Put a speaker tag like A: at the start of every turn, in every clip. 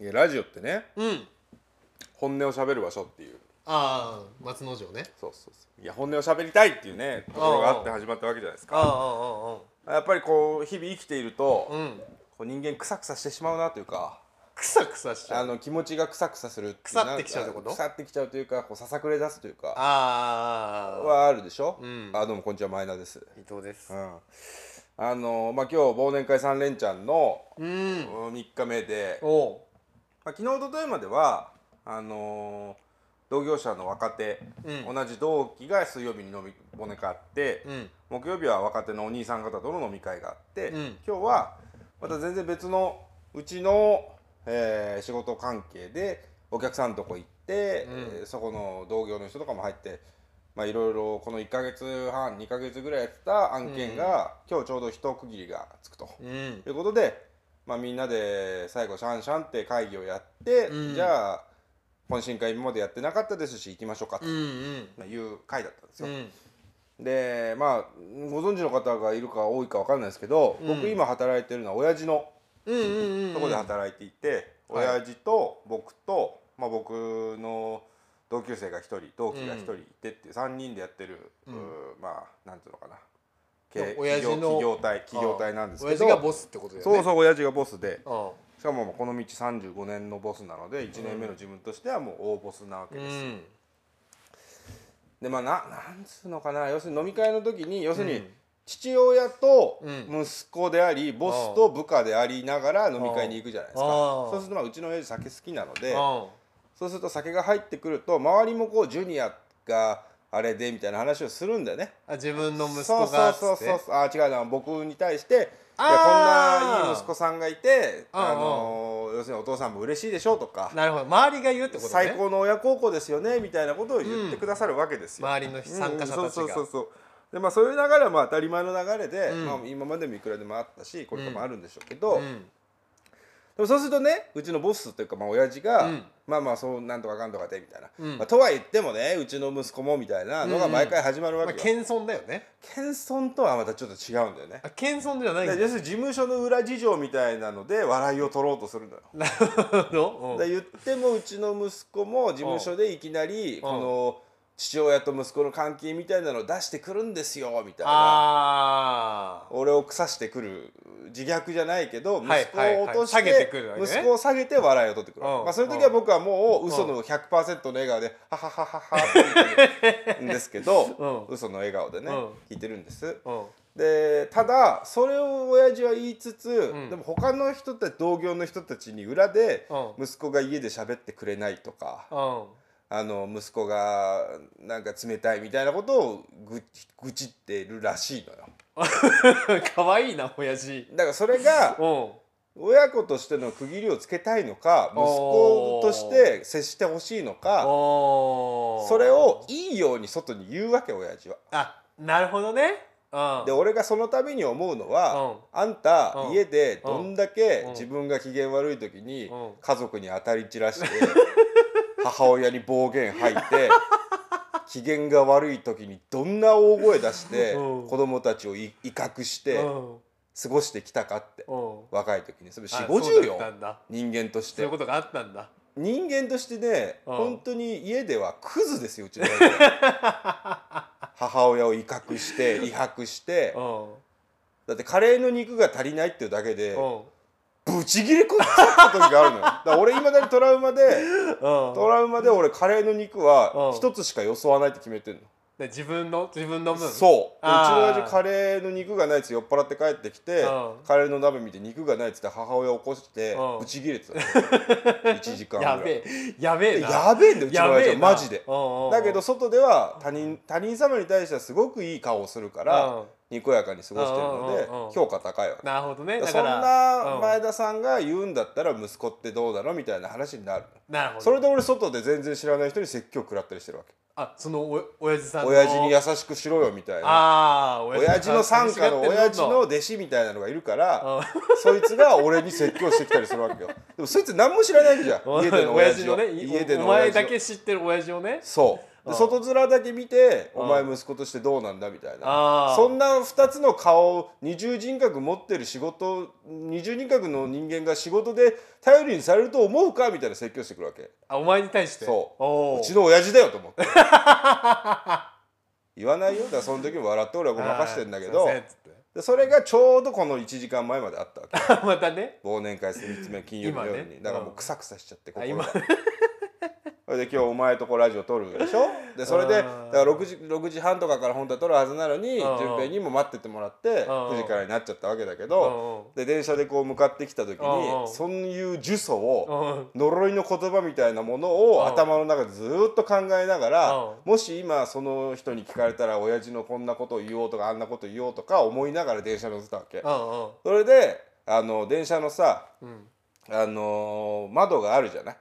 A: いやラジオってね
B: うん
A: 本音を喋る場所っていう
B: ああ松之丞ね
A: そうそうそういや本音を喋りたいっていうねところがあって始まったわけじゃないです
B: あああ
A: か
B: あ
A: やっぱりこう日々生きていると、
B: ああうん
A: こう人間クサクサしてしまうなというか
B: クサクサしちゃ
A: あ
B: う
A: の気持ちがクサクサするっていう
B: 腐ってきちゃうってこと
A: なんか腐ってきちゃうというかこうささくれ出すというか
B: ああ
A: はあるでしょ、
B: うん
A: あどうもこんにちは前田です、
B: 伊藤です
A: うん、あのまあ今日忘年会三連チャンの
B: うん
A: 3日目で、
B: おう
A: まあ、昨日一昨日まではあのー同業者の若手、
B: うん
A: 同じ同期が水曜日に飲み忘年会あって、
B: うん
A: 木曜日は若手のお兄さん方との飲み会があって、
B: うん
A: 今日はまた全然別のうちの、えー仕事関係でお客さんのとこ行って、
B: うん
A: えーそこの同業の人とかも入って。まあ、いろいろこの1か月半2か月ぐらいやってた案件が、今日ちょうど一区切りがつくと、
B: うん
A: ということで、まあ、みんなで最後シャンシャンって会議をやって、
B: うん
A: じゃあ懇親会今までやってなかったですし行きましょうか
B: うんうん
A: という会だったんです
B: う
A: よ。
B: ん
A: でまあご存知の方がいるか多いかわかんないですけど、
B: うん
A: 僕今働いてるのは親父の
B: うんうんうん
A: とこで働いていて、
B: はい
A: 親父と僕と、まあ、僕の同級生が1人同期が1人いてっていう3人でやってる、
B: うん
A: うーまあなんていうのかな経
B: 親父の
A: 企業企業体企業体なんですけ
B: 親
A: ど
B: 父がボスってことだよね
A: そうそう親父がボスで。
B: そ
A: しかもこの道35年のボスなので1年目の自分としてはもう大ボスなわけ
B: う
A: です、
B: ん
A: でまあななんつうのかな要するに飲み会の時に要する
B: う
A: に
B: ん
A: 父親と
B: うん
A: 息子でありボスと部下でありながら飲み会に行くじゃないですか
B: あー
A: そうするとまあうちの親父酒好きなので
B: あ
A: そうすると酒が入ってくると周りもこうジュニアがあれでみたいな話をするんだよね
B: あ自分の息
A: そ
B: 子
A: う
B: がっつって
A: そうそうそうあ違うな僕に対していやこん
B: あー
A: ないい息子さんがいて
B: うんうん
A: あの要するにお父さんも嬉しいでしょうとか
B: なるほど周りが言うってことね
A: 最高の親孝行ですよねみたいなことを言ってくださるわけですよ、
B: 周りの参加者たちが、
A: うんそうそうそうそうでまあそういう流れはまあ当たり前の流れで、
B: うん
A: まあ、今までもいくらでもあったしこれからもあるんでしょうけど、で
B: うん
A: もそうするとねうちのボスっていうかまあ親父が、
B: うん
A: まあまあそうなんとかかんとかでみたいな、
B: うん
A: まあ、とは言ってもねうちの息子もみたいなのが毎回始まるわ
B: まあ、
A: けよ、
B: 謙遜だよね
A: 謙遜とはまたちょっと違うんだよね
B: あ謙遜じゃないん
A: で
B: だ
A: 要するに事務所の裏事情みたいなので笑いを取ろうとするんだよ
B: なるほど、う
A: で
B: ん
A: 言ってもうちの息子も事務所でいきなりこの父親と息子の関係みたいなのを出してくるんですよみたいな
B: ああ
A: 俺を腐してくる自虐じゃないけど息
B: はい
A: 子を落として,、
B: はいはい下げてくるわけね
A: 息子を下げて笑いを取ってくる、
B: うん
A: まあ、そういう時は僕はもう嘘の100%の笑顔で「ははははは」って言ってるんですけど、
B: うん
A: 嘘の笑顔でね、
B: うん
A: 聞いてるんです。
B: うん
A: でただそれを親父は言いつつ、
B: ん
A: でも他の人たち同業の人たちに裏で
B: うん
A: 息子が家で喋ってくれないとか、
B: うん
A: あの息子がなんか冷たいみたいなことをぐ愚痴ってるらしいのよ
B: 可愛いな親父
A: だからそれが
B: うん
A: 親子としての区切りをつけたいのか息子として接してほしいのか
B: おー
A: それをいいように外に言うわけ親父は。
B: あなるほどねうん
A: で俺がそのために思うのは、あんた、
B: うん
A: 家でどんだけ
B: うん
A: 自分が機嫌悪い時に、
B: うん
A: 家族に当たり散らして 母親に暴言吐いて機嫌が悪い時にどんな大声出して、
B: うん
A: 子供たちをい威嚇して、
B: うん
A: 過ごしてきたかって、
B: うん
A: 若い時にそれ4
B: あ
A: 五5 0
B: そうだ
A: よ
B: ったんだ
A: 人間とし
B: そう
A: て
B: いうことがあったんだ
A: 人間としてね、
B: うん
A: 本当に家ではクズですようちの親 は母親を威嚇して威迫して
B: う。ん
A: だってカレーの肉が足りないっていうだけで
B: うん
A: ブチギレ食っちゃった時があるのよだから俺いまだにトラウマで
B: うん
A: トラウマで俺カレーの肉は
B: うん
A: 一つしかよそわないって決めてんの、
B: で自分の自分の分
A: そうでうちの
B: あ
A: 親
B: ー
A: 父カレーの肉がないっつって酔っ払って帰ってきて
B: うん
A: カレーの鍋見て肉がないっつって母親を起こして
B: うん
A: ブチギレてたの 1時間ぐら
B: や
A: い
B: べえやべえな
A: やべえんだようちの親
B: べ
A: 父
B: え
A: は
B: な
A: マジで
B: うんうん
A: だけど外では他人他人様に対してはすごくいい顔をするから
B: うん
A: にこやかに過ごしてる
B: うんうんう
A: の
B: ん
A: で評価高いわけ
B: なるほどねだ
A: そ
B: か
A: ん
B: ら
A: な前田さんが言うんだったら息子ってどうなのみたいな話になる
B: うんなるほど
A: それで俺外で全然知らない人に説教食らったりしてるわけ
B: あそのお親父さんの
A: 親父に優しくしろよみたいな
B: ああ
A: 親父の傘下の親父の弟子みたいなのがいるからそいつが俺に説教してきたりするわ けよでもそいつ何も知らないわけじゃん
B: 家
A: 家
B: で
A: で
B: の
A: の
B: 親
A: 親
B: 父
A: 父
B: の
A: を
B: ね
A: 家での
B: お前
A: 親父
B: だ
A: を
B: け知ってる親父をね
A: そう
B: うん
A: で外面だけ見て「
B: うん
A: お前息子としてどうなんだ」みたいな
B: ああ
A: そんな2つの顔二重人格持ってる仕事二重人格の人間が仕事で頼りにされると思うかみたいな説教してくるわけ
B: あお前に対して
A: そ
B: お
A: う
B: ー
A: ちの親父だよと思って 言わないよだからその時も笑って俺はごまかしてんだけ
B: あ
A: ど
B: ーすいませんっつって
A: でそれがちょうどこの1時間前まであったわけ
B: またね
A: 忘年会3つ目金曜日の夜に、
B: 今ね
A: だからも
B: う
A: うんクサクサしちゃって
B: あ
A: 心
B: 今
A: が。それで今日お前とこラジオ撮るでしょでそれで
B: う
A: だ
B: ん
A: から6時 ,6 時半とかから本当は撮るはずなのに
B: うん
A: 順平にも待っててもらって9時からになっちゃったわけだけど
B: う
A: で電車でこう向かってきた時
B: うん
A: にそういう呪詛を
B: んうんうん
A: 呪いの言葉みたいなもの
B: うん
A: を頭の中でずーっと考えながら
B: うん
A: もし今その人に聞かれたら親父のこんなことを言おうとかあんなことを言おうとか思いながら電車に乗ってたわけ
B: う。ん
A: それであの電車のさ
B: うん
A: あのー窓があるじゃない。
B: うん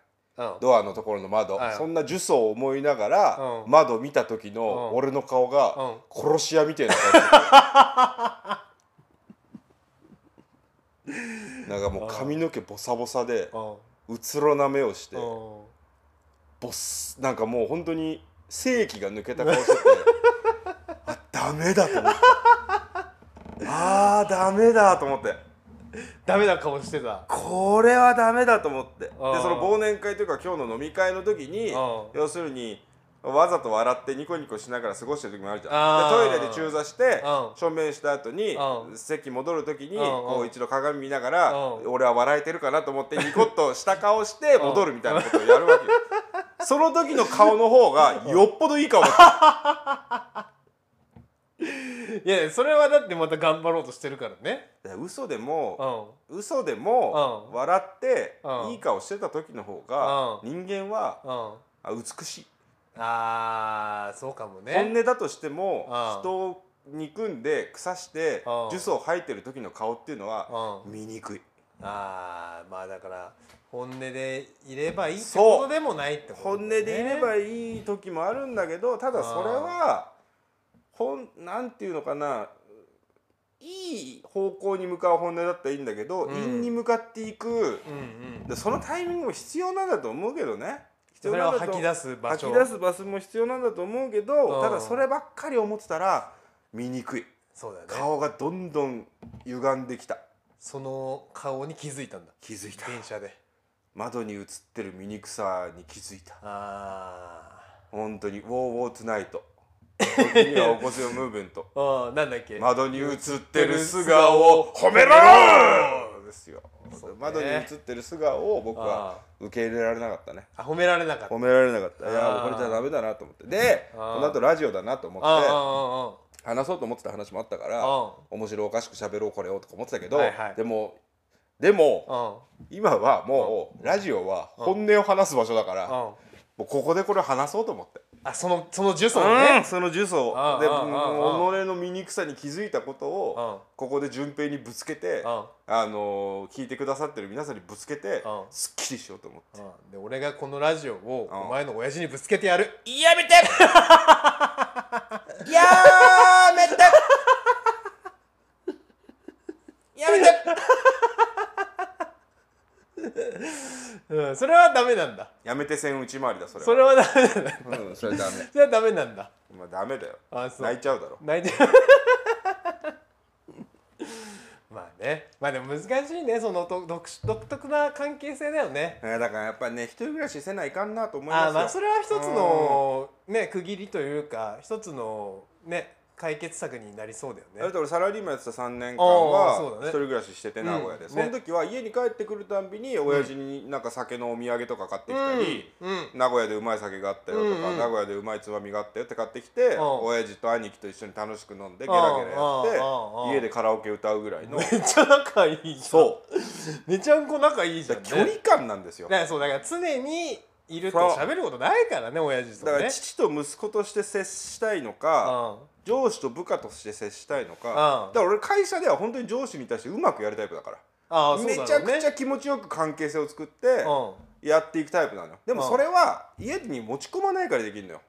A: ドアのところの窓、
B: はい
A: そんな呪詛を思いながら、
B: うん
A: 窓見た時の
B: うん
A: 俺の顔が、
B: うん
A: 殺し屋みたいな顔し てるなんかもう髪の毛ボサボサで
B: うん
A: うつろな目をして
B: うん
A: ボスなんかもう本当に正気が抜けた顔しててあダメだと思ってあーダメだと思って
B: ダメな顔してた
A: これはダメだと思ってでそ
B: あー
A: の忘年会というか今日の飲み会の時に
B: あー
A: 要するにわざと笑ってニコニコしながら過ごしてる時もあるじゃん
B: あー
A: でトイレで中座して
B: うん
A: 正面した後に
B: うん
A: 席戻る時に
B: うん
A: こう一度鏡見ながら
B: うん
A: 俺は笑えてるかなと思ってニコッとした顔して戻るみたいなことをやるわけ よその時の顔の方がよっぽどいい顔だった
B: いやいやそれはだってまた頑張ろうとしてるからね
A: いや嘘でも
B: うん
A: 嘘でも
B: うん
A: 笑って
B: うん
A: いい顔してた時の方が人間は
B: うん
A: あ美しい
B: あーそうかもね
A: 本音だとしても
B: ああ
A: 人を憎んで腐して
B: ああ
A: 呪詛を吐いてる時の顔っていうのは
B: うん
A: 醜い
B: あーまあだから本音でいればいいって
A: そう
B: ことでもないってこと
A: 本音でいれば
B: い
A: いい時もあるんだけどただそれは本なんていうのかないい方向に向かう本音だったらいいんだけど
B: うん
A: 陰に向かっていく
B: うんうん
A: でそのタイミングも必要なんだと思うけどね必要
B: それ
A: なん
B: を
A: だと
B: 吐き出す場
A: 吐
B: 所
A: き出すバスも必要なんだと思うけ
B: あ
A: どた
B: あ
A: だそればっかり思ってたら醜い。
B: そうだよね
A: 顔がどんどん歪んできた
B: その顔に気づいたんだ
A: 気づいた
B: 電車で
A: 窓に映ってる醜さに気づいた
B: あ
A: 本当に「ウォーウォーツナイト」時には起こせよムーブメント
B: ーあーなんだっけ
A: 窓に映ってる素顔を褒めろよですよ、
B: そうね
A: 窓に映ってる素顔を僕
B: あ
A: は受け入れられなかったね
B: あ褒められなかった
A: 褒められなかったいや
B: あー
A: これじゃダメだなと思ってでこ
B: あー
A: の後ラジオだなと思
B: あ
A: って
B: あ
A: 話そうと思ってた話もあったか
B: あ
A: ら
B: あ
A: 面白おかしく喋ろうこれをとか思ってたけど、
B: はいはい
A: でもでも
B: ああ
A: 今はもうラジオは本音を話す場所だからも
B: あ
A: うここでこれ話そうと思って
B: あそのその呪詛
A: その
B: をね
A: その呪詛
B: あ
A: を
B: あ
A: で
B: ああ
A: もう己の醜さに気づいたこと
B: あ
A: をここで順平にぶつけて
B: あ
A: あのー聞いてくださってる皆さんにぶつけて
B: あ
A: すっきりしようと思って
B: あで俺がこのラジオを
A: ああ
B: お前の親父にぶつけてやる
A: や めてやめてやめて
B: うんそれはダメなんだ
A: やめて線内回りだそれは
B: それはダメなんだ
A: うんそれはダメ
B: それはダメなんだ
A: まあダメだよ
B: あそう
A: 泣いちゃうだろ
B: 泣いてまあねまあでも難しいねそのと独独特な関係性だよね
A: えーだからやっぱりね一人暮らしせないかんなと思いますよ
B: ああまあそれは一つのね区切りというか一つのね解決策になりそうだ
A: だ
B: よ
A: っ
B: ね
A: て俺サラリーマンやってた3年間
B: あーそう
A: は
B: だ
A: 一
B: ね
A: 人暮らししてて名古屋で、
B: うん
A: その時は家に帰ってくるたんびに親父になんか酒のお土産とか買ってきたり、
B: うんうん
A: 名古屋でうまい酒があったよとか、
B: うんうん
A: 名古屋でうまいつまみがあったよって買ってきて、
B: ん
A: 親父と兄貴と一緒に楽しく飲んでゲラゲラやって
B: うんうんうん
A: 家でカラオケ歌うぐらいの
B: めっちゃ仲いいじゃん
A: そう
B: めちゃんこ仲いいじゃ
A: だ
B: ん、
A: か
B: ね、
A: ら距離感なんですよ
B: だからそうだから常にいると喋ることないからね親父と
A: だか
B: ね
A: ら父と息子として接したいのか、上司と部下として接したいのか、
B: うん
A: だから俺会社では本当に上司に対してうまくやるタイプだから。
B: ああそうだ
A: め
B: ろう
A: ちゃ
B: ね
A: くちゃ気持ちよく関係性を作って
B: う
A: やっていくタイプなのよでも
B: うん
A: それは家に持ち込まないからできるのよ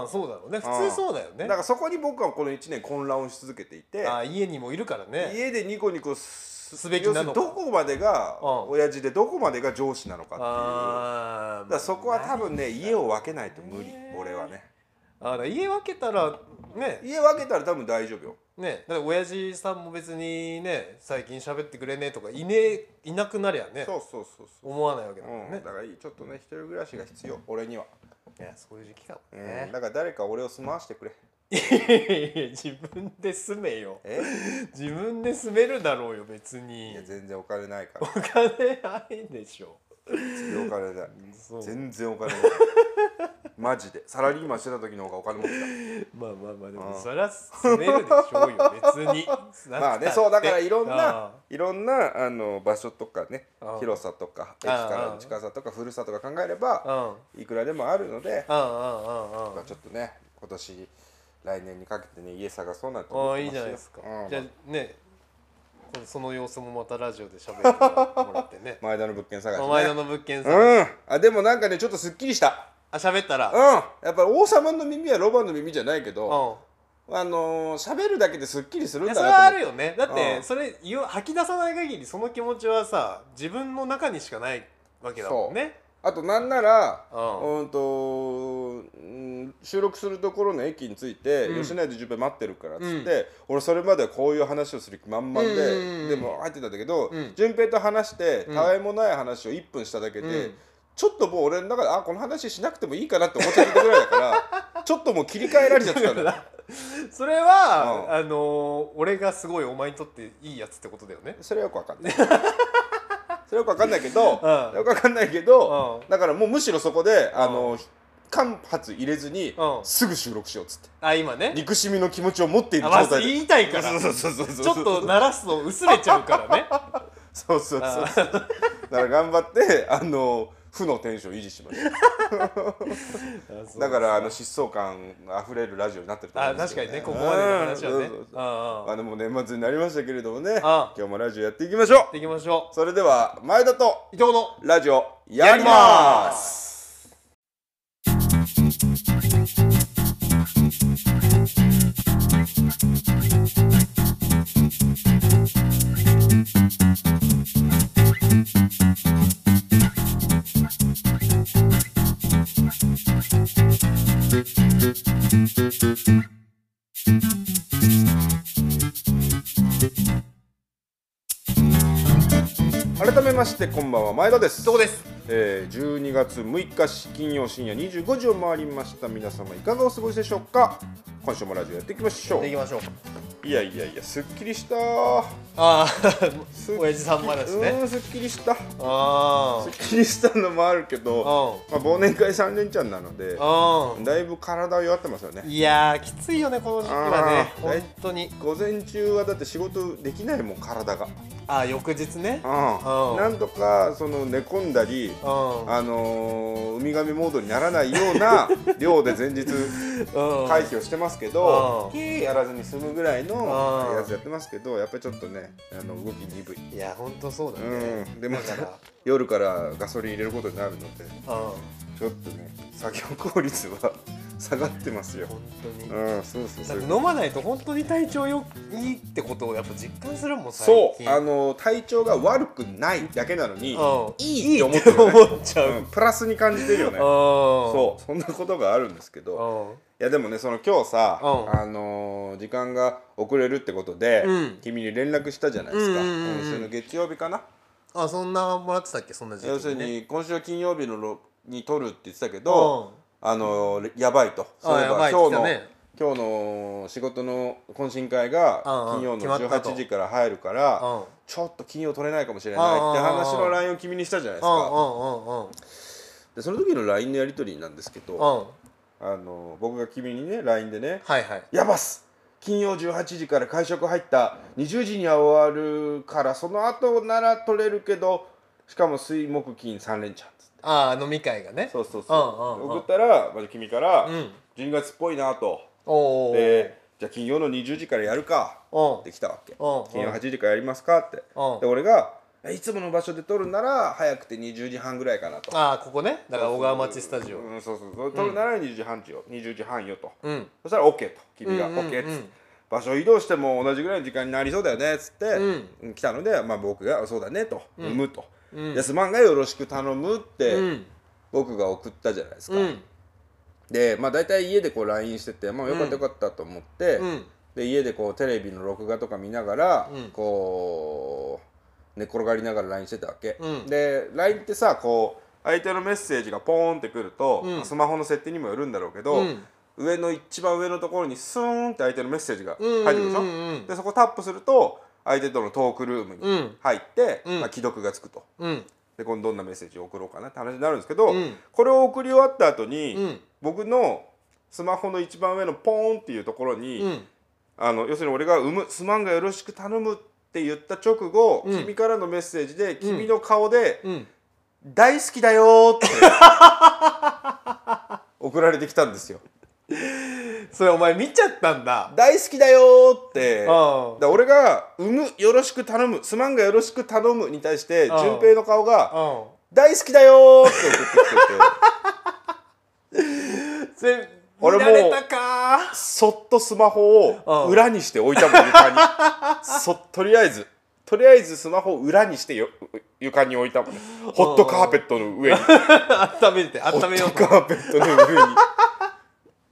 B: ん、うん、そうだろうね普通そうだよ
A: だ
B: ね
A: からそこに僕はこの1年混乱をし続けていて
B: ああ家にもいるからね
A: 家でニコニコす
B: すべきなの
A: 要
B: か
A: するにどこまでが
B: うん
A: 親父でどこまでが上司なのかっていうだか
B: ああ
A: らそこは多分ね家
B: を
A: を分けないと無理
B: ね
A: 俺はね
B: あだから家分けたらね
A: 家分けたら多分大丈夫よ
B: ねだって親父さんも別にね最近喋ってくれねえとかいねえいなくなりゃね
A: そうそうそうそう
B: 思わないわけだも
A: うんん、
B: ね
A: だ、からいいちょっとね一人暮らしが必要俺には、
B: いやそういう時期か
A: う
B: も
A: ん
B: ね、
A: だから誰か俺を住まわしてくれ
B: いや いやいや自分で住めよ
A: え
B: 自分で住めるだろうよ別
A: い
B: に
A: や全然お金ないか
B: お
A: ら
B: 金ないでしょ
A: 全然お金ない
B: そう
A: 全然お金ないマジでサラリーマンしてた時の方がお金持って
B: まあまあまあで
A: う
B: も
A: ん
B: そりゃ住めるでしょうよ別 に
A: たまあねそうだからいろん
B: あ
A: な
B: あ
A: いろんなあの場所とかね
B: ああ
A: 広さとか駅からの近さとか古さとか考えれば
B: うんうん
A: いくらでもあるので
B: うんうんう
A: まあ
B: ん
A: ちょっとね今年来年にかけてね家探そうなんて
B: あ
A: 思っ
B: あ
A: て
B: いい
A: ます
B: じゃ
A: よ
B: ないですか、
A: うん
B: じゃあねこのその様子もまたラジオで喋ってもらってね
A: 前田の物件探し、
B: お
A: ね、
B: 前らの物件さ、あ
A: うんあでもなんかねちょっとすっきりした
B: 喋った
A: うん
B: ら
A: やっぱ王様の耳はロバの耳じゃないけ
B: う
A: ど、
B: ん
A: あのー、喋るだけですっきりするん
B: いや
A: だ
B: そ
A: な
B: れはあ
A: と
B: る
A: 思って
B: よねだっ
A: う
B: て
A: ん
B: それ言う吐き出さない限りその気持ちはさ自分の中にしかないわけだもんね
A: あとなんなら、う
B: うん
A: んとうん収録するところの駅について、
B: うん
A: 吉成と十平待ってるからっつって、
B: うん
A: 俺それまではこういう話をする気満々で、
B: うんうんうん
A: でも入ってたんだけど、
B: うん
A: 順平と話して
B: ん
A: たわいもない話を1分しただけで、
B: うん
A: ちょっともう俺の中であこの話しなくてもいいかなって思っちゃったぐらいだから ちょっともう切り替えられちゃってたのよ
B: それは、
A: うん
B: あのー俺がすごいお前にとっていいやつってことだよね
A: それはよくわかんないそれはよくわかんないけど、
B: うん
A: よくわかんないけど、
B: うん
A: だからもうむしろそこで、あの間髪入れずに、
B: うん
A: すぐ収録しようっつって
B: あ今ね
A: 憎しみの気持ちを持っている
B: あ、
A: 状
B: ま
A: 態
B: ず
A: で、
B: 言いたいからち
A: そ
B: ょ
A: うそうそうそう
B: っと鳴らすと薄れちゃうからね
A: そう そうそう
B: あ
A: だから頑張ってあの負のテンションを維持しましょう
B: あそう
A: だからあの疾走感あふれるラジオになってると思う
B: あ
A: んです
B: 確か
A: け
B: に
A: ど、
B: ねここまでの話はね
A: うんそうそうそう
B: あ
A: まあでも年末になりましたけれどもね今
B: あ
A: 日もラジオやっていきましょ
B: っていきましょ
A: うそれでは前田と
B: う伊藤の
A: ラジオやります改めましてこんばんは前田です
B: どこです
A: えー、12月6日金曜深夜25時を回りました皆様いかがお過ごしでしょうか今週もラジオやっていきましょう
B: でいきましょう
A: いやいやいやすっきりした
B: ああ
A: すっ
B: 親父さん話
A: う
B: ね
A: ーんすっきりしたす
B: ああ
A: っきりしたのもあるけど、
B: うん
A: まあ、忘年会3連チャンなので
B: う
A: だいぶ体弱ってますよね
B: んいやーきついよねこの時期はね
A: あー
B: 本当に
A: 午前中はだって仕事できないもん体が
B: あー翌日ね
A: うん
B: うん
A: なんとかその寝込んだり
B: うん
A: あのー、ウミガメモードにならないような量で前日
B: うん
A: 回避をしてますけど、
B: う
A: やらずに済むぐらいの
B: うん
A: やつやってますけど、やっぱりちょっとね、あの動き鈍い。
B: いや本当そうだね
A: うん、でも
B: だから
A: 夜からガソリン入れることになるので、
B: うん本
A: ちょっとね、作業効率は 下がってますよ。
B: 当に
A: うん、そうそう
B: だ
A: そ
B: っ
A: う。
B: て飲まないと本当に体調よいいってことをやっぱ実感するもん最
A: そ
B: 近
A: う、あの体調が悪くないだけなのに、
B: うん
A: いいって
B: いい
A: 思っ
B: って
A: てるよね
B: 思っちゃう
A: うんプラスに感じてるよね。
B: そ
A: そう、そんなことがあるんですけど。
B: うん
A: いやでもねその今日さ、
B: うん
A: あのー時間が遅れるってことで、
B: うん
A: 君に連絡したじゃないですか、
B: うんうんうんうん
A: 今週の月曜日かな、
B: あそんなもらってたっけそんな時期
A: 要するに今週金曜日のろに撮るって言ってたけど、あのーやばいとそういえ
B: やば
A: ば
B: い
A: 今
B: 来
A: 日
B: た
A: の、
B: ね
A: 今日の仕事の懇親会が
B: うんうん
A: 金曜
B: 決ま
A: の
B: ったと
A: 18時から入るから、
B: うん
A: ちょっと金曜取れないかもしれないって話の LINE を君にしたじゃないです
B: うんうん
A: か、
B: うんうん
A: でその時の LINE のやり取りなんですけど、
B: うん
A: あのー僕が君にね LINE でね、
B: はいはい
A: やばっす金曜18時から会食入った20時には終わるからその後なら取れるけどしかも水木金3連チャンっつって
B: ああ飲み会がね
A: そうそうそう
B: うんうんうん
A: 送ったらまず君から
B: うん
A: 12月っぽいなと
B: おお
A: でじゃあ金曜の20時からやるか
B: うん
A: ってきたわけ
B: うん
A: 金曜8時からやりますかって
B: うん
A: で俺がえいつもの場所で取るなら早くて20時半ぐらいかなと
B: ああここねだから小川町スタジオ
A: うんそうそうそう取るなら20時半よ20時半よと
B: うん
A: そしたら OK と君が
B: うんうんうん
A: OK っつって場所移動しても同じぐらいの時間になりそうだよねっつって、来たので、まあ、僕が「そうだね」と「む」と「
B: うん
A: 休まんがよろしく頼む」って、
B: うん
A: 僕が送ったじゃないですか、
B: うん
A: でまあ大体家でこう LINE してて、まあ、よかったよかったと思って、
B: うん
A: で家でこうテレビの録画とか見ながら、
B: うん
A: こう寝っ転がりながら LINE してたわけ、
B: うん
A: で LINE ってさこう相手のメッセージがポーンってくると、
B: うん
A: スマホの設定にもよるんだろうけど、
B: うん
A: 上の一番上のところにスーンって相手のメッセージが
B: うん
A: 入ってくるでしょ、
B: うんうんうん
A: でそこタップすると相手とのトークルーム
B: う
A: に
B: ん
A: 入って、
B: うん
A: まあ、既読がつくと
B: うん
A: で今度どんなメッセージを送ろうかなって話になるんですけど、
B: うん
A: これを送り終わった後に、
B: うん
A: 僕のスマホの一番上のポーンっていうところに、
B: うん
A: あの要するに俺が産む「すまんがよろしく頼む」って言った直後、
B: うん
A: 君からのメッセージで、
B: ん
A: 君の顔で
B: うん
A: 「大好きだよ」って 送られてきたんですよ。
B: それお前見ちゃったんだ
A: 大好きだよってだか
B: あ
A: ら俺が「産むよろしく頼む」「すまんがよろしく頼む」に対して
B: ああ
A: 順平の顔が
B: あ
A: 「大好きだよ」って送ってきてて
B: それ
A: 俺
B: 見
A: も
B: られたか
A: そっとスマホ
B: ああ
A: を裏にして置いたもん床にそとりあえずとりあえずスマホを裏にしてよ床に置いたもんホットカーペットの 上に
B: 温めて温めよう
A: ホット
B: と
A: カーペットの上に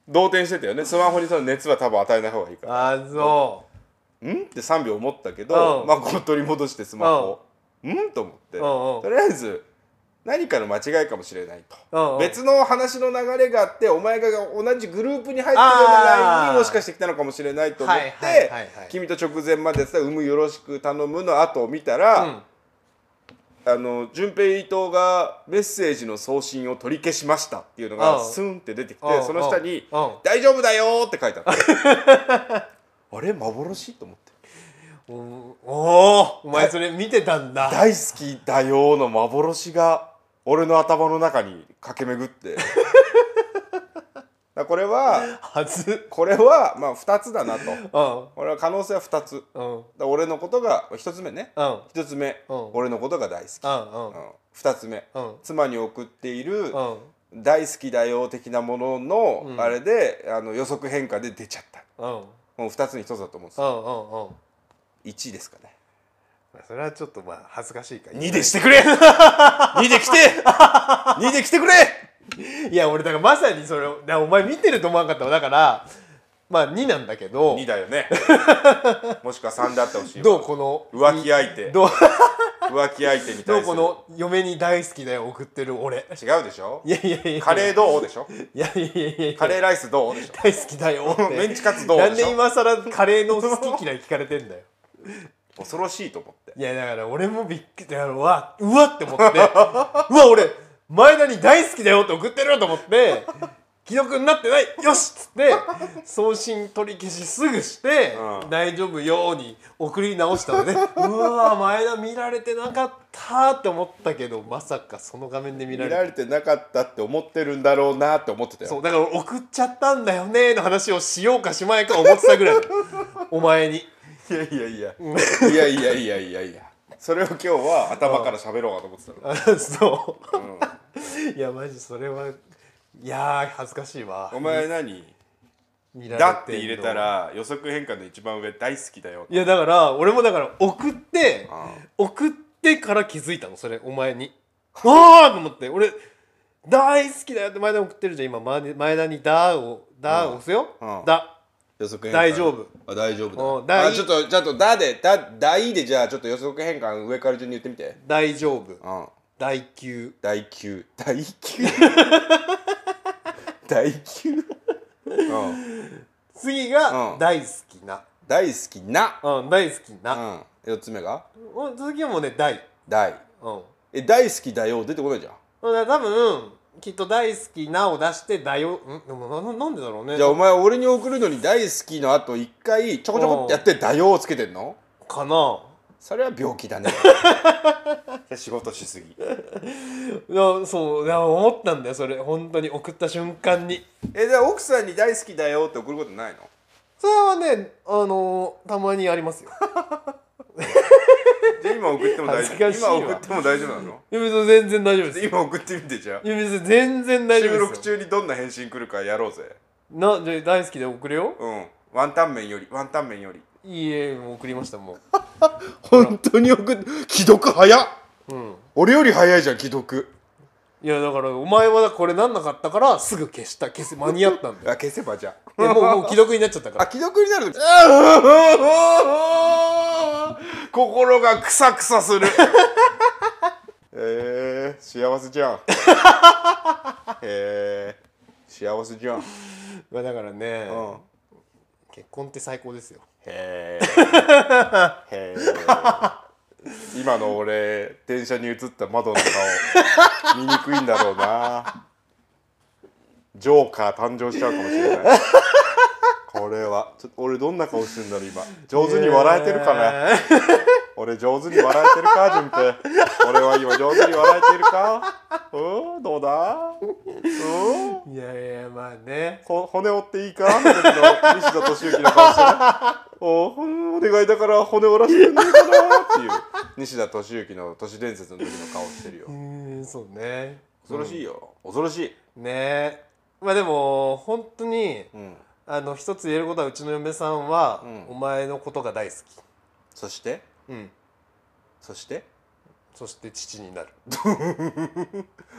A: 動転してたよねスマホにその熱は多分与えない方がいいから
B: あそ
A: うんって3秒思ったけど、
B: うん
A: まあこう取り戻してスマホをうんと思って、
B: うんうん
A: とりあえず何かの間違いかもしれないと、
B: うんうん
A: 別の話の流れがあってお前が同じグループに入ってるようなライン
B: あー
A: にもしかしてきたのかもしれないと思って、
B: はいはいはいはい
A: 君と直前までやってた「産むよろしく頼む」の後を見たら、
B: ううん
A: あの順平伊藤がメッセージの送信を取り消しましたっていうのが
B: うん
A: スンって出てきて
B: うん
A: その下に
B: うん
A: 「大丈夫だよ」って書いてあった あれ幻と思って
B: おおーお前それ見てたんだ
A: 大好きだよの幻が俺の頭の中に駆け巡って だからこれは
B: はず
A: これはまあ2つだなと
B: うん
A: これは可能性は2つだか
B: うん
A: ら俺のことが1つ目ね
B: うん
A: 1つ目
B: うん
A: 俺のことが大好き、
B: うんうん
A: うん、2つ目
B: うん
A: 妻に送っている
B: うん
A: 大好きだよ的なもの
B: う
A: の
B: ん
A: あれで、あの予測変化で出ちゃった
B: うん
A: もう2つに1つだと思うんです
B: う
A: よ
B: んうんうん
A: 1位ですかね
B: まあそれはちょっとまあ恥ずかしいから
A: 2でしてく れ2で来て2で来てくれ
B: いや俺だからまさにそれをだからお前見てると思わなかったわだからまあ2なんだけど
A: 2だよ ねもしくは3であってほしいわ
B: どうこの
A: 浮気相手
B: どう
A: 浮気相手に
B: ど
A: 対
B: う
A: す
B: こ
A: る
B: の嫁に大好きだよ送ってる俺
A: 違うでしょ
B: いやいやいやいや
A: カレーどうでしょ
B: いやいやいやいや
A: カレーライスどうでしょ
B: 大好きだよって
A: メンチカツどう
B: なん
A: でし
B: で
A: ょ
B: 今更カレーの好き嫌い聞かれてんだよ
A: 恐ろしいと思って
B: いやだから俺もびっくりだからうわうわって思って うわ俺前田に大好きだよって送ってると思って既読になってないよしっつって送信取り消しすぐして、
A: うん
B: 大丈夫ように送り直したのねうわ前田見られてなかったって思ったけどまさかその画面で見
A: 見
B: られ
A: ら
B: て
A: れてなかったって思ってるんだろうなって思ってたよ
B: そうだから俺送っちゃったんだよねの話をしようかしまいか思ってたぐらいお前に
A: いやいやいやいやいやいやいやいやそれを今日は頭から喋ろうかと思ってたの
B: あそういやマジそれはいやー恥ずかしいわ
A: お前何
B: 見られ
A: だ
B: んの
A: って入れたら予測変換の一番上大好きだよ
B: いやだから俺もだから送って
A: あ
B: 送ってから気づいたのそれお前にああと思って俺大好きだよって前田に送ってるじゃん今前田前田に「だ」を「だ」を押すよ「
A: うん
B: だ
A: 予測変換
B: 大丈夫
A: あ大丈夫
B: お
A: だあ
B: 大
A: ちょっとちょっとだでだ大でじゃあちょっと予測変換上から順に言ってみて
B: 大丈夫
A: うん
B: 大級
A: 大級大級大級うん
B: 次が
A: うん
B: 大好きな
A: 大好きな
B: うん大好き
A: う
B: な、
A: ん四つ目が
B: うん、次はもうね大
A: 大
B: うん
A: え大好きだよ出てこないじゃん
B: だから多分きっと大好きなを出してだよんでもななんでだろうね
A: じゃあお前俺に送るのに大好きの後一回ちょこちょこってやって「だよ」をつけてんの
B: かな
A: それは病気だね仕事しすぎ
B: いやそういや思ったんだよそれ本当に送った瞬間に
A: えじゃあ奥さんに「大好きだよ」って送ることないの
B: それはねあのーたまにありますよ
A: じゃあ今送っても大丈
B: 恥
A: 夫
B: ずかしいわ
A: 今送っても大丈夫なの
B: いや別に全然大丈夫ですい
A: 今送ってみてじゃあ
B: や別に全然大丈
A: 収
B: 夫
A: 録
B: ですよ
A: 中にどんな返信来るかやろうぜ
B: なじゃあ大好きで送るよ
A: うんワンタン麺よりワンタン麺より
B: いいえもう送りましたも
A: 本当に送って既読早っ
B: ううん
A: 俺より早いじゃん既読
B: いやだからお前はこれなんなかったからすぐ消した消せ間に合 ったんだよ
A: あ消せばじゃ
B: でもう もう既読になっちゃったか
A: あ
B: ら
A: 既読にな るあー心がクサクサ するえー、幸せじ ゃんえー、幸せじゃん、うん、
B: まあだからね、結婚って最高ですよ
A: へえへえ今の俺電車に映った窓の顔見にくいんだろうなジョーカー誕生しちゃうかもしれないこれはちょっと俺どんな顔してんだろう今上手に笑えてるかな、
B: えー
A: 俺上手に笑えてるか順平俺は今上手に笑えてるかうんどうだうん
B: いやいやまあね
A: こ骨折っていいかみたいな西田敏行の顔して ねおうんお願いだから骨折らせてくんないかなっていう西田敏行の都市伝説の時の顔してるよ
B: うーんそうね
A: 恐ろしいよ、恐ろしい、
B: ねまあでも本当に
A: うん、
B: あの一つ言えることはうちの嫁さんは、
A: うん
B: お前のことが大好
A: そして
B: き、うん、
A: そして
B: そして父になる、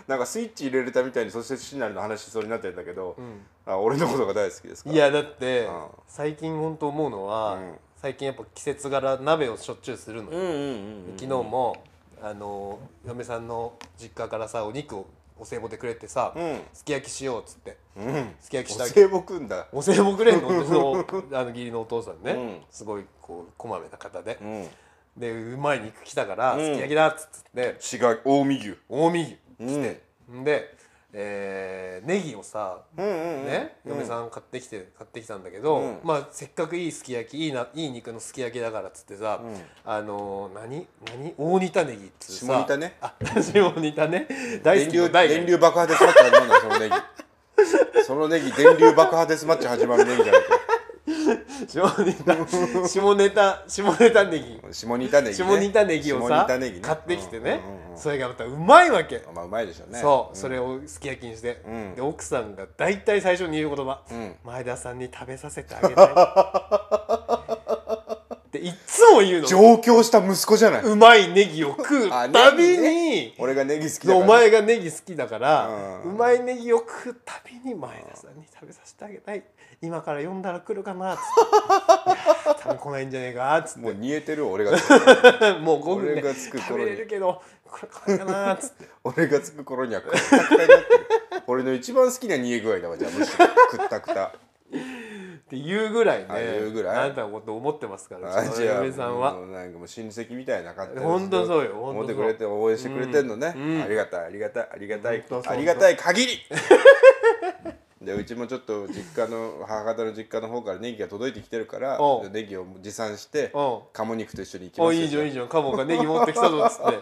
A: なんかスイッチ入れれたみたいにそしてシナリの話しそうになってるんだけど、
B: うん
A: あ俺のことが大好きですから
B: いやだって
A: うん
B: 最近本当思うのは、
A: うん
B: 最近やっぱ季節柄鍋をしょっちゅうするの
A: うん
B: よ、
A: うんうん、うん、
B: 昨日もあの嫁さんの実家からさお肉をお歳暮でくれてさ、
A: うん
B: すき焼きしようっつって
A: うん
B: すき焼きした
A: お歳暮くんだ
B: お歳暮くれんのうちのあの義理のお父さんね、
A: うん
B: すごいこうこまめな方で
A: う、ん
B: でうまい肉来たから、
A: うん
B: すき焼きだっつって
A: 滋賀近江牛
B: 近江
A: う
B: 牛
A: ん
B: んで、えーネギをさ
A: うんうんうん
B: ね、
A: うん
B: 嫁さん買ってきて買ってきたんだけど、
A: うん
B: まあせっかくいいすき焼きいいないい肉のすき焼きだからっつってさ、
A: うん
B: あのー何何大仁田ネギっつってさ
A: 下仁田ね
B: あ下仁田ね大
A: 電
B: 好きな
A: 流
B: 大が
A: 電流爆破デスマッチ始まるんだよそのネギそのネギ電流爆破デスマッチ始まるネギじゃないか
B: 下仁田下ネタ下ネタネギ
A: 下仁田ネギ、ね、
B: 下仁田ネギを
A: 下
B: さ
A: 仁田ネギね
B: 買ってきてね、
A: うんうんうん
B: それがまたうまいわけ、
A: まあうまいでしょうね
B: そう、そ
A: れ
B: れをすき焼きにして、
A: うん
B: で奥さんが大体最初に言う言葉、
A: うん
B: 前田さんに食べさせてあげた い」っていつも言うの
A: 上京した息子じゃない、
B: うまいネギを食う
A: あ
B: た
A: ネギね
B: びに、
A: 俺がネギ好きだから、
B: お前がネギ好きだから、
A: う
B: うんまいネギを食うたびに前田さんに食べさせてあげたい今から呼んだら来るかなっつっていや多分来ないんじゃねえかっつって
A: もう煮えてる俺が
B: もう5分
A: 俺
B: で
A: が着く
B: 食
A: 頃に
B: べれるけどこれ来ないかなっつって
A: 俺が着く頃にはくったくたになってる俺の一番好きな煮え具合だわじゃあむしろくったく た
B: って言うぐらいね
A: あ言うぐらい
B: あなたのこと思ってますから
A: あ
B: うち
A: じ
B: の
A: ゃあ
B: 嫁さんは
A: もうなんかもう親戚みたいな感じで
B: ほんとそうよほん
A: 思っ
B: と
A: て
B: そう
A: くれて応援してくれてんのね、
B: うん
A: ありがたいありがたいありがたい
B: ほんとそう
A: ありがたい限り でうちもちょっと実家の母方の実家の方からネギが届いてきてるから
B: おう
A: ネギを持参して
B: お
A: 鴨肉と一緒に行きま
B: お
A: すよ
B: いいじゃんいいじゃんカモがネギ持ってきたぞっつ って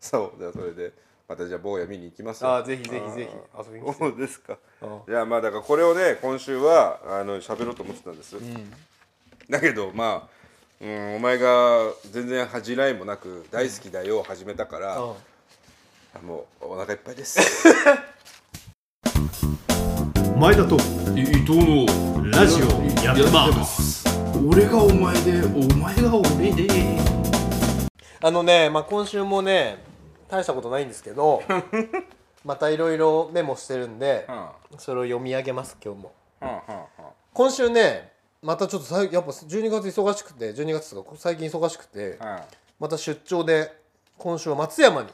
A: そうじゃあそれでまたじゃあ坊や見に行きますよ
B: ああぜひぜひぜひ遊びに来て
A: そうですか
B: うん
A: じゃあまあだからこれをね今週はあの喋ろうと思ってたんです、だけどまあうん、お前が全然恥じらいもなく「大好きだよ」を始めたから、
B: うん
A: もうお腹いっぱいです
C: 前田と
D: 伊藤の
C: ラジオやってます
D: 俺がお前でお前が俺で
B: あのね、まあ、今週もね大したことないんですけど またいろいろメモしてるんで、それを読み上げます今日も今週ねまたちょっとさいやっぱ12月忙しくて12月とか最近忙しくてまた出張で今週は松山に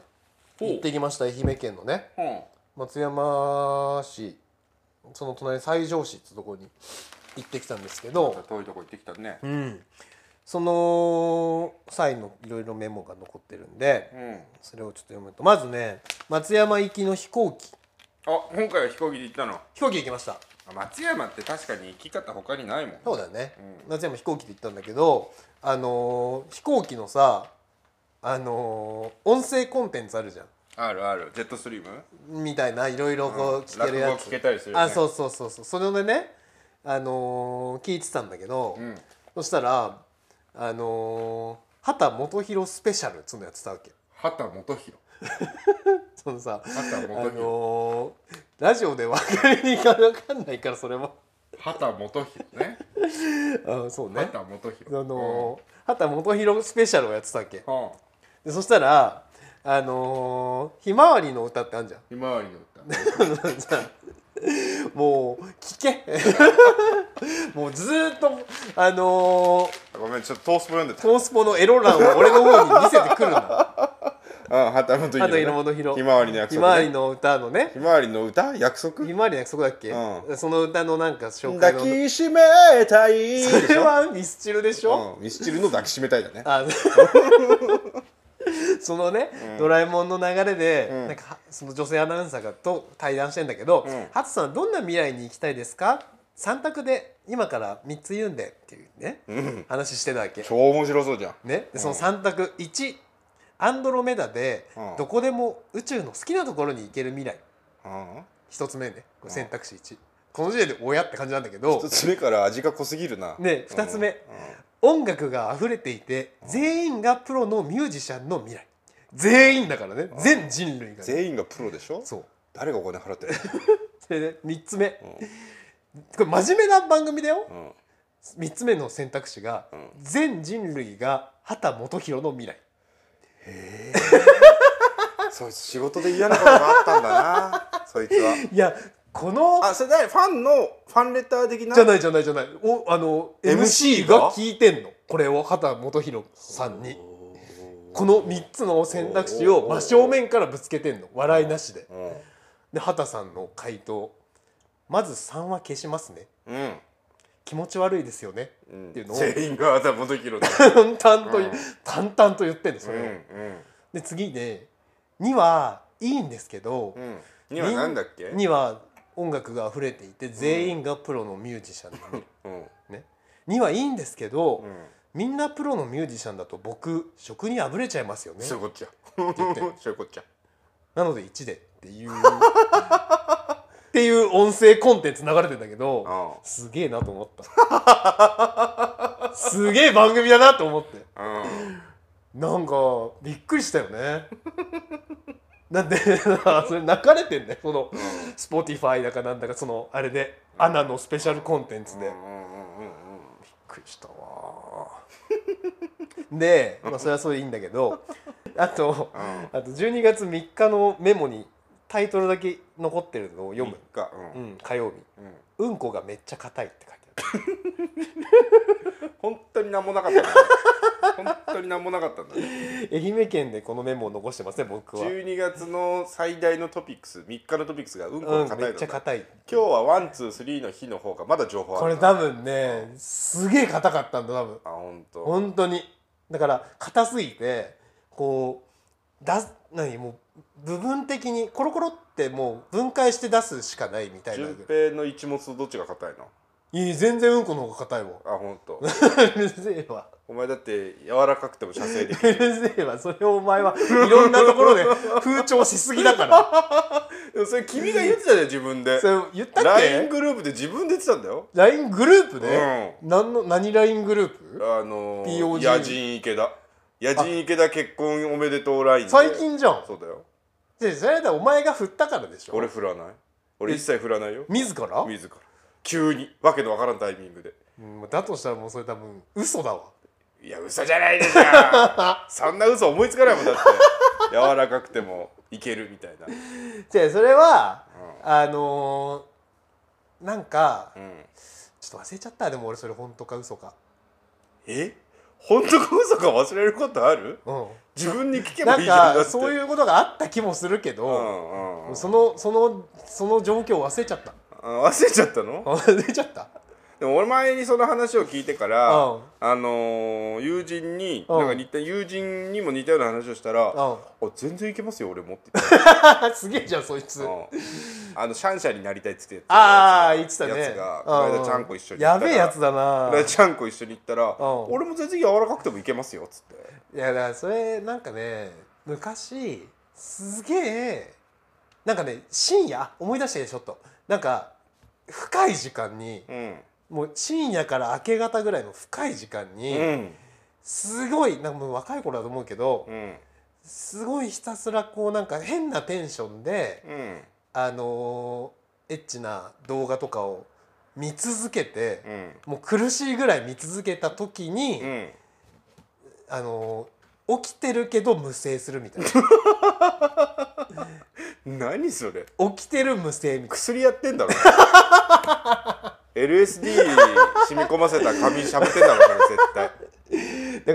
B: 行ってきました愛媛県のね松山市その隣西条市ってとこに行ってきたんですけど、
A: 遠いとこ行ってきたね
B: うん、その際のいろいろメモが残ってるんで、
A: うん
B: それをちょっと読むとまずね松山行きの飛行機
A: あ今回は飛行機で行ったの
B: 飛行機行きました
A: あ松山って確かに行き方他にないもん
B: そうだよね、松山飛行機で行ったんだけどあのー飛行機のさあのー音声コンテンツあるじゃん
A: あるあるジェットストリーム
B: みたいないろいろこ
A: うん
B: う聞けるやつ、
A: 落語聞けたりするよね
B: あそうそうそうそうそれでねあのー聞いてたんだけど、
A: ん
B: そしたらあのー畑元博スペシャルっつうのやってたわけ
A: 畑元博
B: そのさ
A: 畑
B: あ
A: 元博
B: のーラジオで分かりにかわかんないからそれも
A: 畑元博ね
B: あそうね
A: 畑元
B: あ
A: 博
B: のー、畑元博スペシャルをやってたっけ
A: うん
B: でそしたらあのーひまわりの歌ってあんじゃん
A: ひまわりの歌
B: もう聞け もうずーっとあのー
A: ごめんちょっとトースポ読んでた
B: トースポのエロ欄を俺の方に見せて くるな
A: うん旗本
B: あと色
A: 色
B: 物広
A: ひまわりの約
B: ひ
A: 束
B: ま
A: ね、
B: わりの歌のね
A: ひまわりの歌約束
B: ひまわりの約束だっけ、
A: う
B: その歌のなんか紹介の
A: 抱きしめた い
B: それはミスチルでしょ、
A: うん、ミスチルの抱きしめたいだね
B: あそのね、ドラえもんの流れで、
A: うん
B: なんかはその女性アナウンサーがと対談してんだけど
A: うん
B: 「ハ、ツ、さんどんな未来に行きたいですか?」3択で今から3つ言うんでっていうね、
A: うん
B: 話してたわけ。
A: 超面白そうじゃん
B: ね、でその3択1アンドロメダで
A: うん
B: どこでも宇宙の好きなところに行ける未来
A: うん
B: 1つ目ねこれ選択肢1、この時点で親って感じなんだけど
A: 一つ目から味が濃すぎるな
B: ね二つ目音楽が溢れていて全員がプロのミュージシャンの未来全員だからね全人類がね
A: 全員がプロでしょ
B: そう
A: 誰がお金払 ってる
B: それで3つ目これ真面目な番組だよ
A: の、
B: 3つ目の選択肢が
A: ん
B: 全人類が畑基博の未来
A: うん、そいつ仕事で嫌なことがあったんだ なそいつはい
B: やこの
A: あそれ誰ファンのファンレター的な
B: じゃないじゃないじゃないおあの
A: MC
B: MC
A: が
B: が聞いてんのこれを畑基博さんにこの3つの選択肢を真正面からぶつけてんの笑いなしで
A: うん、
B: で畑さんの回答まず3は消しますね
A: うん
B: 気持ち悪いですよね
A: うん
B: っていうのを
A: 全員が頭でき るんだ、
B: 淡々と、
A: うん
B: 淡々と言ってんの
A: うん
B: それを、
A: うん
B: で次で2はいいんですけど、
A: うん、にはなんだっけ
B: 2は音楽が溢れていて全員がプロのミュージシャンなの、
A: うん
B: ね2はいいんですけど、
A: うん、
B: みんなプロのミュージシャンだと僕食にあぶれちゃいますよね
A: そういうこっちゃ
B: 言って
A: そういうこっちゃ
B: なので1でっていうっていう音声コンテンツ流れてんだけど、
A: う
B: すげえなと思った すげえ番組だなと思って
A: んうん
B: なんかびっくりしたよね なんで それ泣かれてんだよその Spotify だかなんだかそのあれでアナのスペシャルコンテンツで、びっくりしたわで、まあ、それはそれでいいんだ けどあとあと12月3日のメモにタイトルだけ残ってるのを読む、
A: か、
B: う
A: うん
B: ん、火曜日
A: うん、
B: うんこがめっちゃ硬いって書いてある
A: 本当に何もなかったんだね 本当に何もなかったんだね
B: 愛媛県でこのメモを残してますね僕は、
A: 12月の最大のトピックス3日のトピックスがうんこ
B: う
A: が
B: ん、
A: 硬
B: め
A: い
B: っ
A: の
B: ちゃ
A: だ
B: 硬い
A: 今日はワンツースリーの日の方がまだ情報あ
B: こ
A: る
B: れ多分ねすげえ硬かったんだ多分
A: あ本当。
B: 本当にだから硬すぎてこう出す何もう部分的にコロコロってもう分解して出すしかないみたいな
A: 順平の一物とどっちが硬いの
B: いい全然うんこの方が硬いわ
A: あ本当。
B: うるせえわ
A: お前だって柔らかくても射精でき
B: う
A: る
B: るせえわそれをお前はいろんなところで風潮しすぎだから
A: でもそれ君が言ってたじゃん自分で
B: それ言ったっ
A: LINE
B: け
A: グループで自分で言ってたんだよ
B: LINE グループで、
A: う
B: 何の何 LINE グループ
A: あのー
B: POG
A: 野人池田野人池田結婚おめでとう LINE で
B: 最近じゃん
A: そうだよ
B: でそれだお前が振ったからでしょ
A: 俺振らない俺一切振らないよ
B: 自ら
A: 自ら急にわけのわからんタイミングで
B: うんだとしたらもうそれ多分嘘だわ
A: いや嘘じゃないで しょそんな嘘思いつかないもんだって柔らかくてもいけるみたいな
B: じゃあそれは、あのーなんか
A: うん
B: ちょっと忘れちゃったでも俺それ本当か嘘か
A: え本当か嘘か忘れることある
B: うん
A: 自分に聞けば
B: ない
A: い
B: ん
A: じゃんだ
B: か
A: って
B: そう
A: う
B: いうことがあった気もするけ
A: うん
B: ど、
A: うんうん
B: そのそのその状況を忘れちゃった
A: あ忘れちゃったの
B: 忘れちゃった
A: でも俺前にその話を聞いてから、
B: うん
A: あのー友人に、
B: うん
A: なんか似た友人にも似たような話をしたら「あ
B: うん
A: 全然いけますよ俺も」って言っ
B: あすげえじゃんそいつ
A: て、 うんあのシャンシャンになりたいっつってやつ
B: ああ言ってたね
A: やつがこ
B: うん
A: の間ちゃんこ一緒に行
B: や
A: った
B: べ
A: ら
B: えやつだな
A: この間ちゃんこ一緒に行ったら「
B: ん
A: 俺も全然柔らかくてもいけますよ」っつって
B: いやだからそれなんかね昔すげえなんかね深夜あ思い出したでちょっとなんか深い時間に、
A: うん
B: もう深夜から明け方ぐらいの深い時間に、
A: うん
B: すごいなんかもう若い頃だと思うけど、
A: うん
B: すごいひたすらこうなんか変なテンションで、
A: うん
B: あのーエッチな動画とかを見続けて、
A: うん
B: もう苦しいぐらい見続けた時に、
A: うん
B: あのー起きてるけど無声するみたいな
A: 何それ
B: 起きてる無声みたい
A: 薬やってんだ ろ LSD 染み込ませた紙しゃぶってんだろそれ絶対、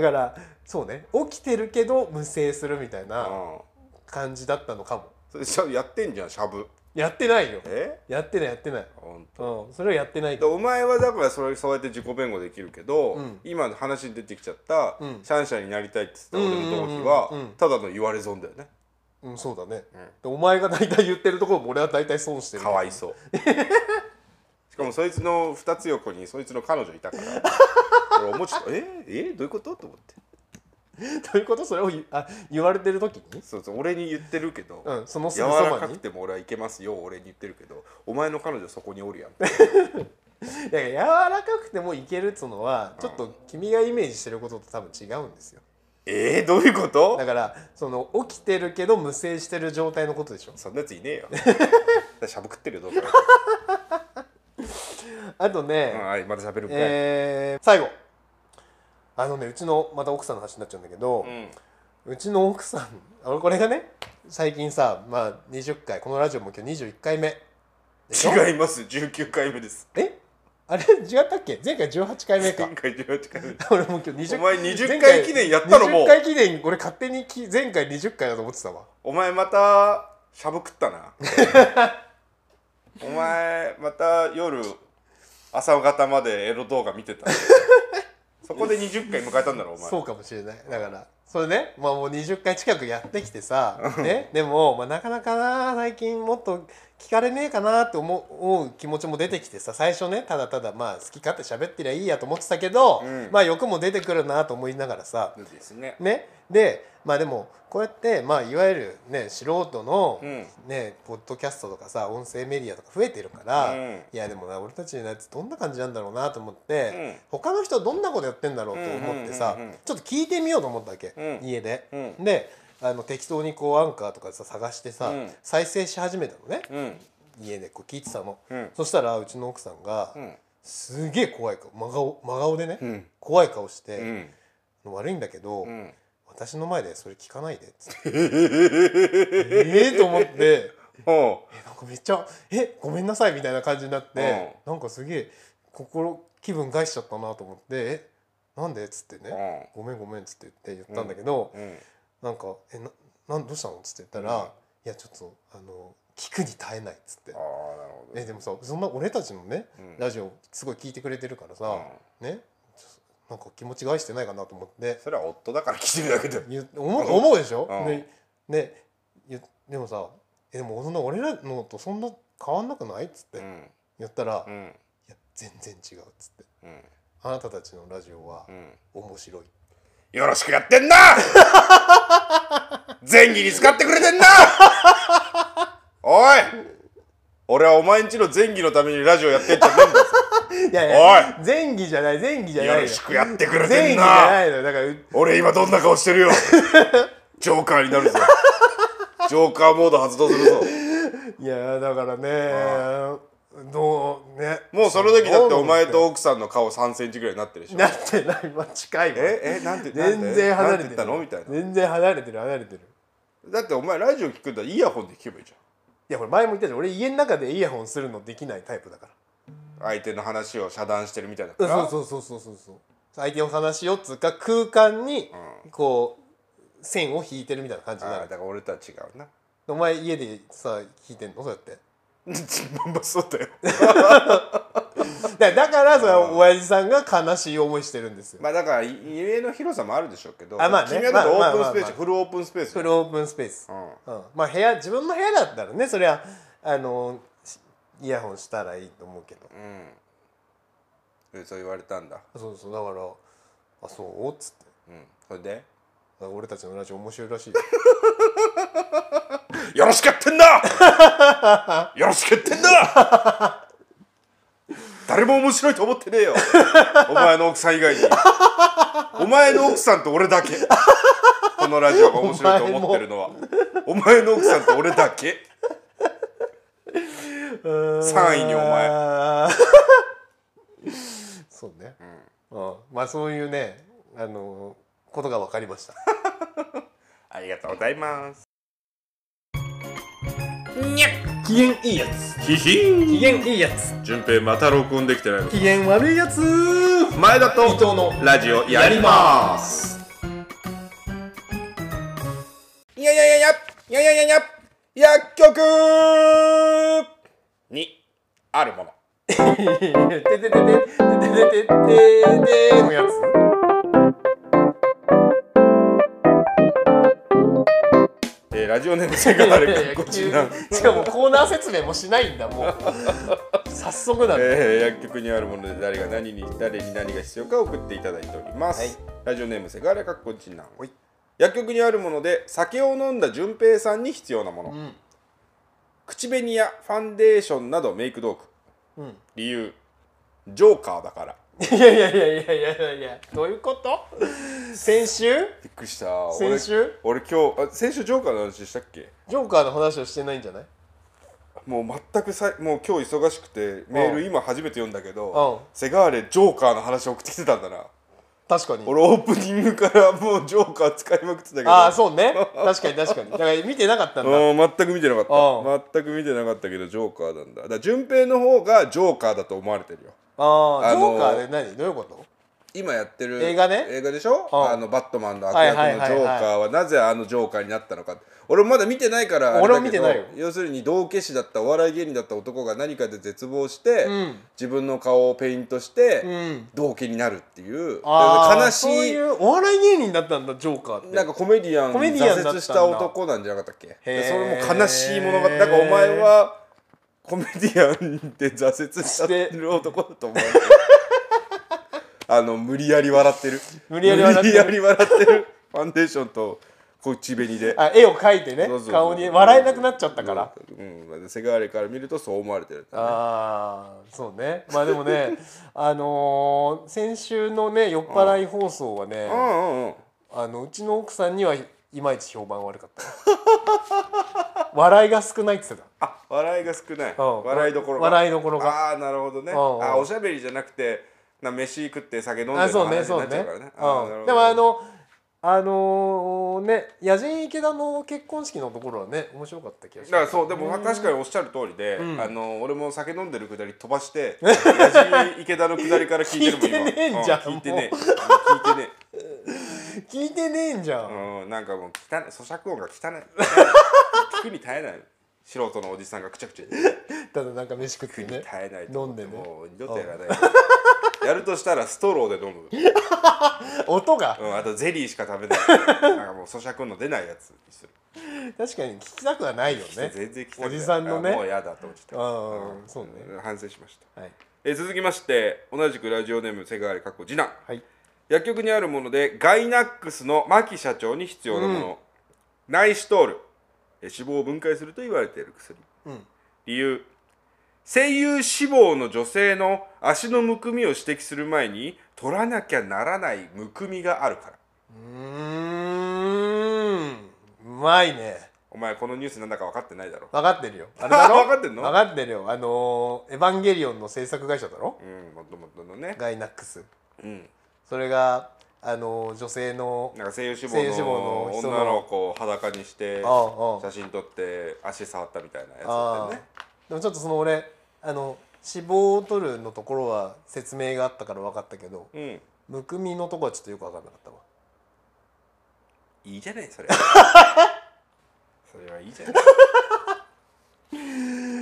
B: なだからそうね起きてるけど無声するみたいな
A: うん、
B: 感じだったのかも
A: それしゃやってんじゃんしゃぶ
B: やってないよ
A: え
B: やってないやってない
A: ほんと
B: うんそれはやってない
A: で
B: けど
A: お前はだからそれそうやって自己弁護できるけど、
B: うん
A: 今の話に出てきちゃった、
B: うん
A: シャンシャンになりたいって言ってた俺の同期は、
B: うんうんうんうん
A: ただの言われ損だよね
B: うんそうだねでお前が大体言ってるところも俺は大体損してる
A: かわいそう しかもそいつの2つ横にそいつの彼女いたから 俺思っちゃったええどういうことと思って
B: ということそれを言あ言われてる時に
A: そうそう俺に言ってるけど、
B: うんそのす
A: 柔
B: ぐ
A: ら
B: そ
A: か
B: ば
A: く
B: に
A: ても俺はいけますよ俺に言ってるけどお前の彼女そこにお るやん
B: いやいや柔らかくてもいけるっつうのはちょっと君がイメージしてることと多分違うんですよ
A: えー、どういうこと
B: だからその起きてるけど無声してる状態のことでしょ
A: そんなやついねえ よしゃぶ食ってるよどうか、
B: あとね、
A: うんはいまたしゃべるんかい、
B: えー最後あのねうちのまた奥さんの話になっちゃうんだけど、
A: うん
B: うちの奥さんあ俺これがね最近さまあ20回このラジオも今日21回目でしょ
A: 違います19回目です
B: えあれ違ったっけ前回18回目か
A: 前回18回目です
B: 俺もう今日20
A: お前20
B: 前
A: 回記念やったろもう
B: 20回記念俺勝手にき前回20回だと思ってたわ
A: お前またしゃぶ食ったなお前また夜朝方までエロ動画見てたそこで20回迎えたんだろお前
B: そうかもしれないだからそれね、まあ、もう20回近くやってきてさ、ね、でも、まあ、なかなかな最近もっと聞かれねえかなって思う思う気持ちも出てきてさ最初ねただただまあ好き勝手喋ってりゃいいやと思ってたけど、
A: うん
B: まあ欲も出てくるなと思いながらさ
A: ですね
B: ねでまあでもこうやって、まあ、いわゆる、ね、素人の、
A: うん
B: ね、ポッドキャストとかさ音声メディアとか増えてるから、
A: うん
B: いやでもな俺たちのやつどんな感じなんだろうなと思って、
A: うん
B: 他の人どんなことやってんだろうと思ってさ、
A: うんうんうんうん
B: ちょっと聞いてみようと思ったわけ、
A: うん
B: 家で。
A: う
B: であの適当にこうアンカーとかさ探してさ、
A: うん
B: 再生し始めたのね、
A: うん
B: 家でこう聞いてたの、
A: うん
B: そしたらうちの奥さんが、
A: うん
B: すげえ怖い顔真顔真顔でね、
A: うん
B: 怖い顔し
A: う
B: て、
A: ん
B: 悪いんだけど、
A: うん
B: 私の前でそれ聞かないでっ つってええと思って
A: おう
B: えなんかめっちゃ「えごめんなさい」みたいな感じになって、なんかすげえ心気分害しちゃったなと思って「えなんで?」っつってね「ごめんごめん」っつって言って言ったんだけど、
A: うんうん
B: なんか「えななんどうしたの?」っつって言ったら「
A: うん
B: いやちょっとあの聞くに耐えない」っつって
A: ああなる。ほど
B: えでもさそんな俺たちのね、
A: うん
B: ラジオすごい聞いてくれてるからさ、ねちょなんか気持ち害してないかなと思って
A: それは夫だから聞いてるだけで
B: 言う思う思うでしょ、
A: うん
B: でで言でもさ「えでもそんな俺らのとそんな変わんなくない?」っつって
A: ん
B: 言ったら「
A: う
B: い
A: ん
B: や全然違う」っつって
A: うん
B: 「あなたたちのラジオは
A: うん
B: 面白い」
A: よろしくやってんな 前儀に使ってくれてんなおい俺はお前んちの前儀のためにラジオやってんじゃねえんだぞ
B: い やいや
A: お
B: 前儀じゃない前儀じゃない
A: よ
B: よ
A: ろしくやってくれ
B: 前
A: て
B: 儀
A: ん
B: じゃ
A: な
B: ないのよだからう
A: 俺今どんな顔してる よジョーカーになるぞジョーカーモード発動するぞ
B: いやだからねどうね
A: もうその時だって
B: どう
A: お前と
B: 思っ
A: 奥さんの顔3センチぐらいになってるでしてょ
B: なってないまあ近いわ
A: ええなんてなんて
B: 全然離れて
A: なん言った
B: る
A: のみたいな
B: 全然離れてる離れてる
A: だってお前ラジオ聞くんだイヤホンで聞けばいいじゃん
B: いやこれ前も言ったじゃん俺家の中でイヤホンするのできないタイプだから
A: 相手の話を遮断してるみたいだから
B: そうそうそうそうそうそう相手の話をつうか空間にこう線を引いてるみたいな感じに
A: あー
B: な
A: だ
B: る
A: から俺とは違う な
B: お前家でさ引いてんのそうやって
A: まんまそうだよ
B: だだからそれは親父さんが悲しい思いしてるんですよ、
A: まあだからい家の広さもあるでしょうけど
B: あまあね
A: 君はだってオ
B: まあ
A: ー
B: ま
A: プン
B: あまあ
A: スペース、
B: まあ
A: フルオープンスペース
B: フルオープンスペース、
A: うん
B: うんまあ部屋自分の部屋だったらねそれはあのしイヤホンしたらいいと思うけど
A: うんそう言われたんだ
B: そうそうだから「あそう?」っつって
A: うんそれで
B: 「あ俺たちのラジオ面白いら しいよ」
A: 「よろしくやってんだ よろしくやってんだ誰も面白いと思ってねえよお前の奥さん以外にお前の奥さんと俺だけこのラジオが面白いと思ってるのはお前の奥さんと俺だけ3位にお 前
B: あーそうね、うんまあそういうねあのことが分かりました
A: ありがとうございます
B: 機嫌いいやつ
A: ヒヒン
B: 機嫌いいやつ
A: 順平また録音できてないの
B: 機嫌悪いやつ
A: 前田
B: 伊藤
A: と
B: の
A: ラジオやりますいやいやいやいやいやいやいや薬局にあるもの
B: てててててててててのやつ
A: えーラジオネームセガダレかっこちなん
B: しかもコーナー説明もしないんだもう早速なんだ
A: えー薬局にあるもので誰が何に誰に何が必要か送っていただいております、
B: はい
A: ラジオネームせがれかっこちなん
B: はい
A: 薬局にあるもので酒を飲んだ順平さんに必要なもの、
B: ん
A: 口紅やファンデーションなどメイク道具、
B: ん
A: 理由ジョーカーだから
B: いやいやいやいやいやいやいやどういうこと先週
A: びっくりした
B: 先週
A: 俺俺今日あ先週ジョーカーの話したっけ
B: ジョーカーの話をしてないんじゃない
A: もう全くさいもう今日忙しくてメール今初めて読んだけど
B: うん
A: セガーレジョーカーの話送ってきてたんだな
B: 確かに
A: 俺オープニングからもうジョーカー使いまくってたけど
B: ああそうね確かに確かにだから見てなかったんだ
A: うん全く見てなか
B: う
A: った全く見てなかったけどジョーカーなんだだから順平の方がジョーカーだと思われてるよ
B: ああ
A: あ
B: ジョ
A: の
B: ーカーで何どういうこと
A: 今やってる
B: 映画ね
A: 映画でしょ
B: うん
A: あのバットマンの悪
B: はい
A: 役
B: はいはい
A: の
B: はい
A: ジョーカーはなぜあのジョーカーになったのか俺もまだ見てないからあれだけど
B: 俺も見てないよ
A: 要するに道化師だったお笑い芸人だった男が何かで絶望して、
B: うん
A: 自分の顔をペイントして、
B: うん
A: 道化になるっていう
B: ああ
A: 悲し
B: そう
A: い
B: いうお笑い芸人だったんだジョーカーって
A: なんかコメディアン
B: コメディアンだったんだ
A: 挫折した男なんじゃなかったっけ
B: へー
A: でそれも悲しい物語だからお前はコメディアンで挫折しちゃってる男だと思う あの無理やり笑ってる
B: 無理やり笑ってる
A: 無理やり笑ってるファンデーションと口紅で
B: あ絵を描いてね
A: そうそうそう
B: 顔に笑えなくなっちゃったから、
A: うん、セガーレから見るとそう思われてる
B: ああそうねまあで もねあのー先週のね酔っ払い放送はね
A: うんうんうん
B: あのうちの奥さんにはいまいち評判悪かった 笑いが少ないって言ってた
A: あ笑いが少ない、
B: うん
A: 笑いどころ
B: 笑いどころが
A: ああーなるほどね、
B: うんうん
A: あおしゃべりじゃなくてな飯食って酒飲んで
B: あ
A: る
B: そうね
A: 話に
B: そ
A: な
B: う
A: っちゃ
B: ね
A: うからねあーなるほ
B: うん、
A: ど
B: でもあのあのーね野人池田の結婚式のところはね面白かった気がし
A: だ
B: ま
A: か
B: す
A: らそうでも確かにおっしゃる通りで、あの俺も酒飲んでるくだり飛ば して矢尻池田のくだりから聞いてるもん今
B: 聞いてねえんじゃん
A: う聞いてねえうん聞いてね
B: 聞いてねえんじゃん、
A: えうんなんかもう汚い咀嚼音が汚い聞くに耐えない素人のおじさんがくちゃくちゃ言って
B: ただなんか飯食ってね
A: 耐えないと
B: 飲
A: 思
B: ん
A: って
B: でね
A: もう二度とやら ないやるとしたらストローで飲む、
B: 音が
A: うん、あとゼリーしか食 べないなんかもう咀嚼音の出ないやつにする
B: 確かに聞きたくはないよね
A: 全 然聞きたくない
B: おじさんの
A: あ
B: ね
A: もうやだと思ってた
B: うんそうね
A: 反省しました
B: はい
A: えー続きまして同じくラジオネームセガーレかっこ次男
B: はい
A: 薬局にあるものでガイナックスの牧社長に必要なもの、ナイシトールえー脂肪を分解すると言われている薬、
B: ん
A: 理由声優脂肪の女性の足のむくみを指摘する前に取らなきゃならないむくみがあるから
B: うーんうまいね
A: お前このニュースなんだか分かってないだろ
B: 分かってるよあ れだろ
A: 分かってんの
B: 分かってるよあのーエヴァンゲリオン」の制作会社だろ
A: うんもともとのね
B: ガイナックス
A: うん
B: それがあのー女性の
A: なんか声優脂
B: 声優脂
A: 肪
B: 肪
A: の
B: の人の
A: 女の子を裸にして
B: ああああ
A: 写真撮って足触ったみたいなやつだ
B: あ
A: った
B: ー
A: よね
B: でもちょっとその俺あの脂肪を取るのところは説明があったから分かったけど
A: うん
B: むくみのとこはちょっとよく分かんなかったわ
A: いいじゃないそ れそれはいいじゃな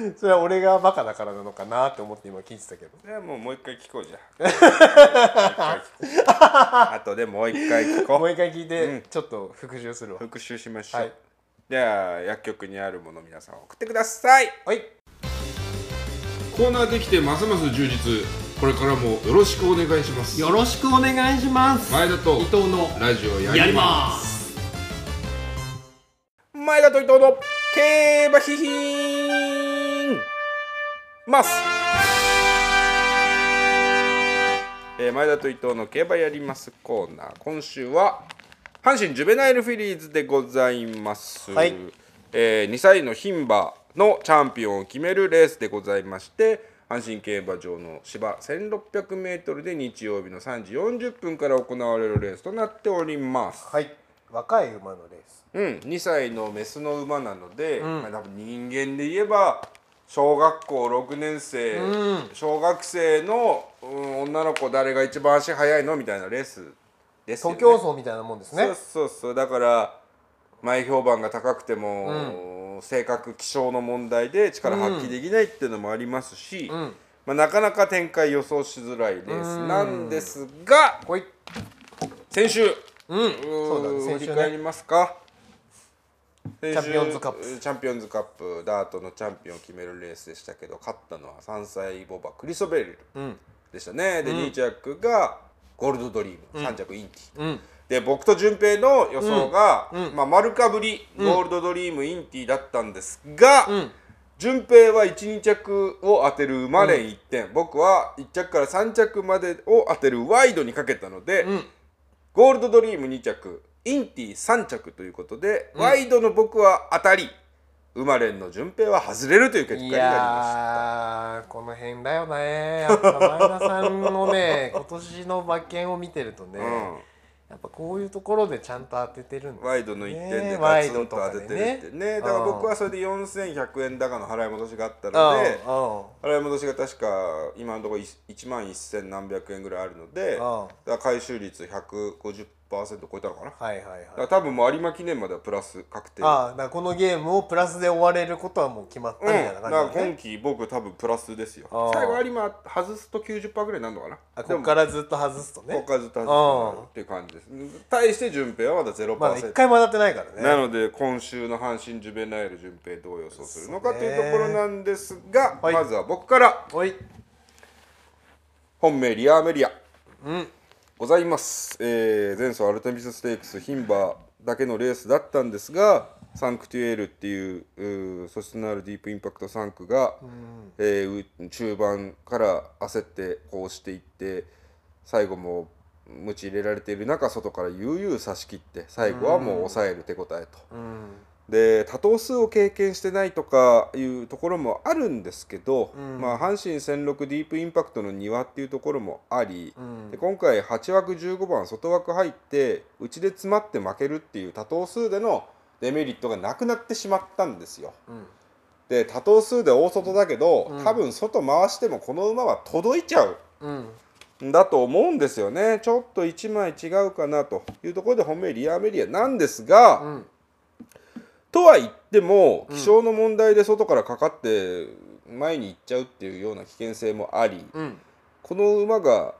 A: い
B: それは俺がバカだからなのかなって思って今聞いてたけど
A: それはもうもう一回聞こうじ ゃんもう一回聞こうあとでもう一回聞こう
B: もう一回聞いて、
A: うん
B: ちょっと復習するわ
A: 復習しましょう、
B: はい
A: じゃあ薬局にあるもの皆さん送ってください
B: はい
D: コーナーできてますます充実これからもよろしくお願いします
C: よろしくお願いします
D: 前田と
C: 伊藤の
D: ラジオやり
C: やり
D: ま
C: ます
A: 前田と伊藤の競馬ヒヒーンますえー前田と伊藤の競馬やりますコーナー今週は阪神ジュベナイルフィリーズでございます、
B: はい
A: え2歳の牝馬のチャンピオンを決めるレースでございまして阪神競馬場の芝 1600m で日曜日の3時40分から行われるレースとなっております
B: はい若い馬のレース
A: うん、2歳のメスの馬なので、
B: うん
A: まあ、多分人間で言えば小学校6年生、
B: うん
A: 小学生の、うん、女の子誰が一番足速いのみたいなレースですよね。
B: 徒競走みたいなもんですね
A: そうそうそうだから前評判が高くても、性格気象の問題で力発揮できないっていうのもありますし、
B: うん
A: まあ、なかなか展開予想しづらいレースなんですが、
B: こい
A: 先週
B: うん
A: そ
B: そうだね先
A: 振
B: 週
A: り返り
B: ね
A: ますかチ
B: ャンピオンズカップ
A: チャンピオンズカップダートのチャンピオンを決めるレースでしたけど勝ったのは3歳ボバクリソベル
B: うん
A: でしたね、で2着がゴールドドリーム、3着インティ、
B: うん
A: で僕と順平の予想が、
B: うんうん
A: まあ、丸かぶりゴールドドリーム、インティだったんですが、
B: うん
A: 順平は12着を当てる馬連1点、僕は1着から3着までを当てるワイドにかけたので、
B: うん
A: ゴールドドリーム2着インティ3着ということで、ワイドの僕は当たり馬連の順平は外れるという結果に
B: い
A: なりま
B: やーこの辺だよねやっぱ前田さん のね今年の馬券を見てると
A: し
B: ね、
A: た。うん
B: やっぱこういうところでちゃんと当ててるんですね
A: ワイドの1点で
B: ワ
A: ガ
B: イ
A: ツ
B: ド
A: ン
B: と
A: と
B: か
A: 当
B: で
A: ててるってねだから僕はそれで4100円高の払い戻しがあったので
B: う
A: 払い戻しが確か今のところ1万1000何百円ぐらいあるのでだ
B: んうんうん
A: から回収率150%超えたのかなだか
B: はいはいはい
A: ら多分もう有馬記念まではプラス確定
B: ああだからこのゲームをプラスで終われることはもう決まった
A: う
B: み
A: ん、
B: たい
A: だ
B: な
A: から
B: 感じだね、
A: 今期僕多分プラスですよ
B: あー
A: 最後有馬外すと90%ぐらいになるのかな
B: あここからずっと外すと
A: でも
B: ね
A: こっからずっと外すっていう感じです対して順平はまだ0%、
B: まだ一回も当たってないからね
A: なので今週の阪神ジュベナイル順平どう予想するのかというところなんですが、
B: はい
A: まずは僕から
B: おい
A: 本命リアーメリア
B: うん
A: ございます、えー前走アルテミスステークス牝馬だけのレースだったんですがサンクテュエールっていううー素質のあるディープインパクト3区が、えーう中盤から焦ってこうしていって最後も鞭入れられている中外から悠々差し切って最後はもう抑える手応えと。
B: うん
A: で多頭数を経験してないとかいうところもあるんですけど、
B: ん
A: まあ、阪神戦六ディープインパクトの庭っていうところもあり、
B: ん
A: で今回8枠15番外枠入って内で詰まって負けるっていう多頭数でのデメリットがなくなってしまったんですよ。
B: うん
A: で多頭数で大外だけど、
B: うん
A: 多分外回してもこの馬は届いちゃう
B: うん
A: だと思うんですよねちょっと1枚違うかなというところで本命リアメリアなんですが。
B: うん
A: とは言っても気象の問題で外からかかって前に行っちゃうっていうような危険性もあり
B: うん
A: この馬が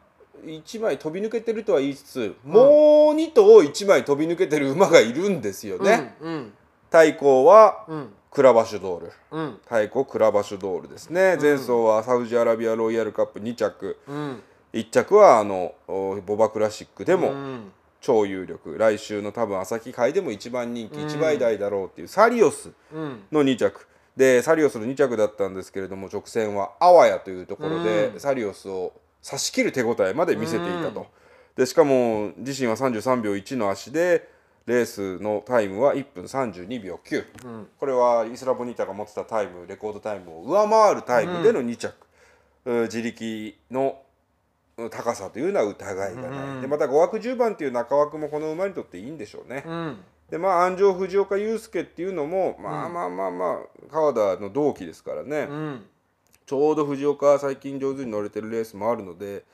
A: 1枚飛び抜けてるとは言いつつもう2頭1枚飛び抜けてる馬がいるんですよね。
B: うん
A: 対抗は
B: うん
A: クラバシュドール
B: うん
A: 対抗クラバシュドールですね前走はサウジアラビアロイヤルカップ2着
B: うん
A: 1着はあのおボバクラシックで
B: う
A: も
B: ん
A: 超有力来週の多分朝日杯でも1番人気
B: うん
A: 1倍台だろうっていうサリオス
B: うん
A: の2着でサリオスの2着だったんですけれども直線はあわやというところで、
B: うん
A: サリオスを差し切る手応えまで見せていたと、でしかも自身は33秒1の足でレースのタイムは1分32秒9、
B: うん
A: これはイスラボニータが持ってたタイムレコードタイムを上回るタイムでの2着、うん自力のうん高さというのは疑いがない、
B: うん
A: でまた5枠10番という中枠もこの馬にとっていいんでしょうね。
B: うん
A: でまあ安城藤岡祐介っていうのもまあまあまあまあ川田の同期ですからね、
B: うん
A: ちょうど藤岡は最近上手に乗れてるレースもあるので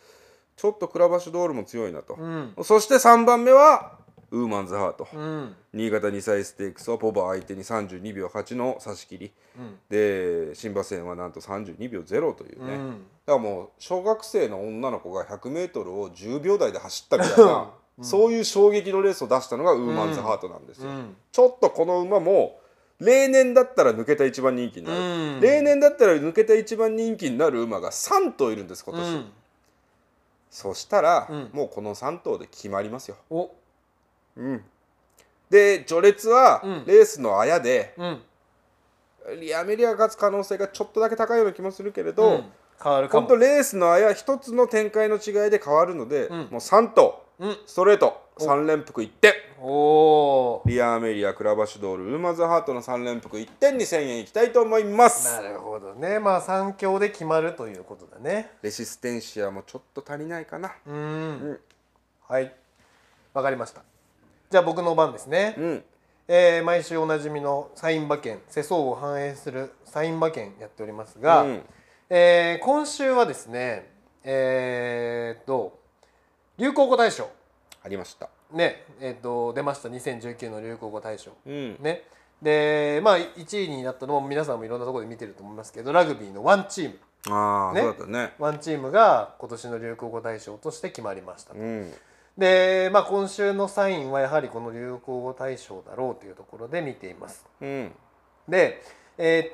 A: ちょっとクラバッシュドールも強いなと、
B: うん
A: そして3番目はウーマンズハート、
B: うん
A: 新潟2歳ステークスはポバ相手に32秒8の差し切り、
B: うん
A: で新馬戦はなんと32秒0というね、だ
B: うん
A: からもう小学生の女の子が 100m を10秒台で走ったみたいな、そういう衝撃のレースを出したのがウーマンズハートなんですよ、
B: うん
A: ちょっとこの馬も例年だったら抜けた一番人気になる、
B: うん
A: 例年だったら抜けた一番人気になる馬が3頭いるんです今
B: う
A: 年、
B: ん
A: そしたら、
B: うん
A: もうこの3頭で決まりますよ、
B: お
A: うんで序列は
B: うん
A: レースのあやで、
B: うん
A: リアメリアが勝つ可能性がちょっとだけ高いような気もするけれど、
B: うん変わるか
A: 本
B: も
A: 当レースのあや一つの展開の違いで変わるので、
B: ん
A: もう3頭
B: うん
A: ストレート3連複1点
B: おお
A: リアーメリアクラバシュドールウーマンズハートの3連複1点に1000円いきたいと思います
B: なるほどねまあ三強で決まるということだね
A: レシステンシアもちょっと足りないかな
B: うん
A: うん
B: はいわかりましたじゃあ僕の番ですね、
A: うん
B: えー毎週おなじみのサイン馬券世相を反映するサイン馬券やっておりますが、
A: うん
B: えー今週はですねえーっと流行語大賞
A: ありました
B: ねえーっと出ました2019の流行語大賞、
A: うん
B: ねでまあ1位になったのも皆さんもいろんなところで見てると思いますけどラグビーのワンチーム
A: ああ、
B: ね
A: そうだったね
B: ワンチームが今年の流行語大賞として決まりましたと
A: うん
B: で、まあ、今週のサインはやはりこの流行語大賞だろうというところで見ています
A: うん
B: でえっ、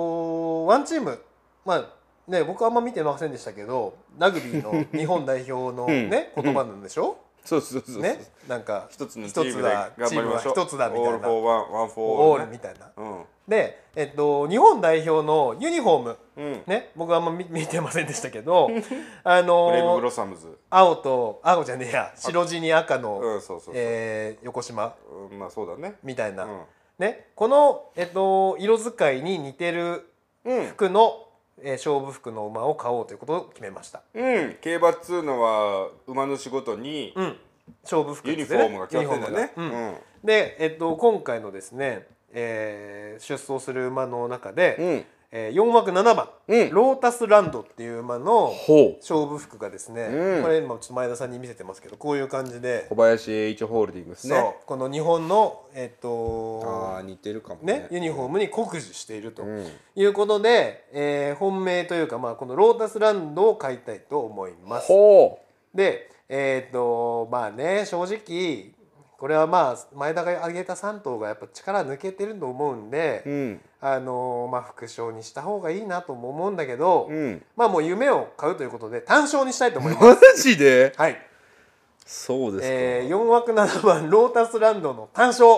B: とワンチームまあね僕あんま見てませんでしたけどラグビーの日本代表のね、
A: うん
B: 言葉なんでしょ、
A: そうそうそうそう、
B: ねなんか
A: 一つの
B: 一
A: チームで
B: だ
A: 頑張りましょう
B: チームは一つだみ
A: オー
B: た
A: ル
B: い
A: フ
B: な
A: ォーワンワンフォー
B: オ
A: オ
B: ー
A: ール
B: ルみたいな
A: ね
B: で、えっと、日本代表のユニフォーム
A: うんうん
B: ね僕はあんま見見てませんでした けどあ
A: ブレイブ
B: の
A: ブロッサムズ
B: 青と青じゃねえや白地に赤の、
A: うんそうそうそう、
B: えー横島
A: うんまあそうだね
B: みたいな、
A: うん
B: ね、この、えっと、色使いに似てる
A: うん
B: 服の、えー勝負服の馬を買おうということを決めました、
A: うん、競馬っつうのは馬主ごとに
B: うん、勝負服
A: ユ
B: で
A: ニ
B: す
A: フォ
B: ね
A: ームが決まってんだよね
B: ユニフォームがうんで、えっと、今回のですね、えー出走する馬の中で、
A: うん
B: えー4枠7番、
A: うん
B: ロータスランドっていう馬の
A: ほう
B: 勝負服がですね、
A: うん
B: これ今ちょっと前田さんに見せてますけどこういう感じで、
A: 小林栄一ホールディングスね
B: そうこの日本の、えっ
A: ああ
B: と
A: 似てるかもね
B: ね、ユニフォームに酷似していると。
A: うん
B: いうことで、えー本命というか、まあ、このロータスランドを買いたいと思います。
A: ほ
B: で、えっ、と、まあね、正直、これはまあ、前田が挙げた3頭がやっぱ力抜けてると思うんで、
A: うん
B: あのーまあ、副賞にした方がいいなとも思うんだけど、
A: うん
B: まあもう夢を買うということで、単勝にしたいと思い ます。
A: マジで
B: はい。
A: そうですか、
B: えー、4枠7番、ロータスランドの単勝。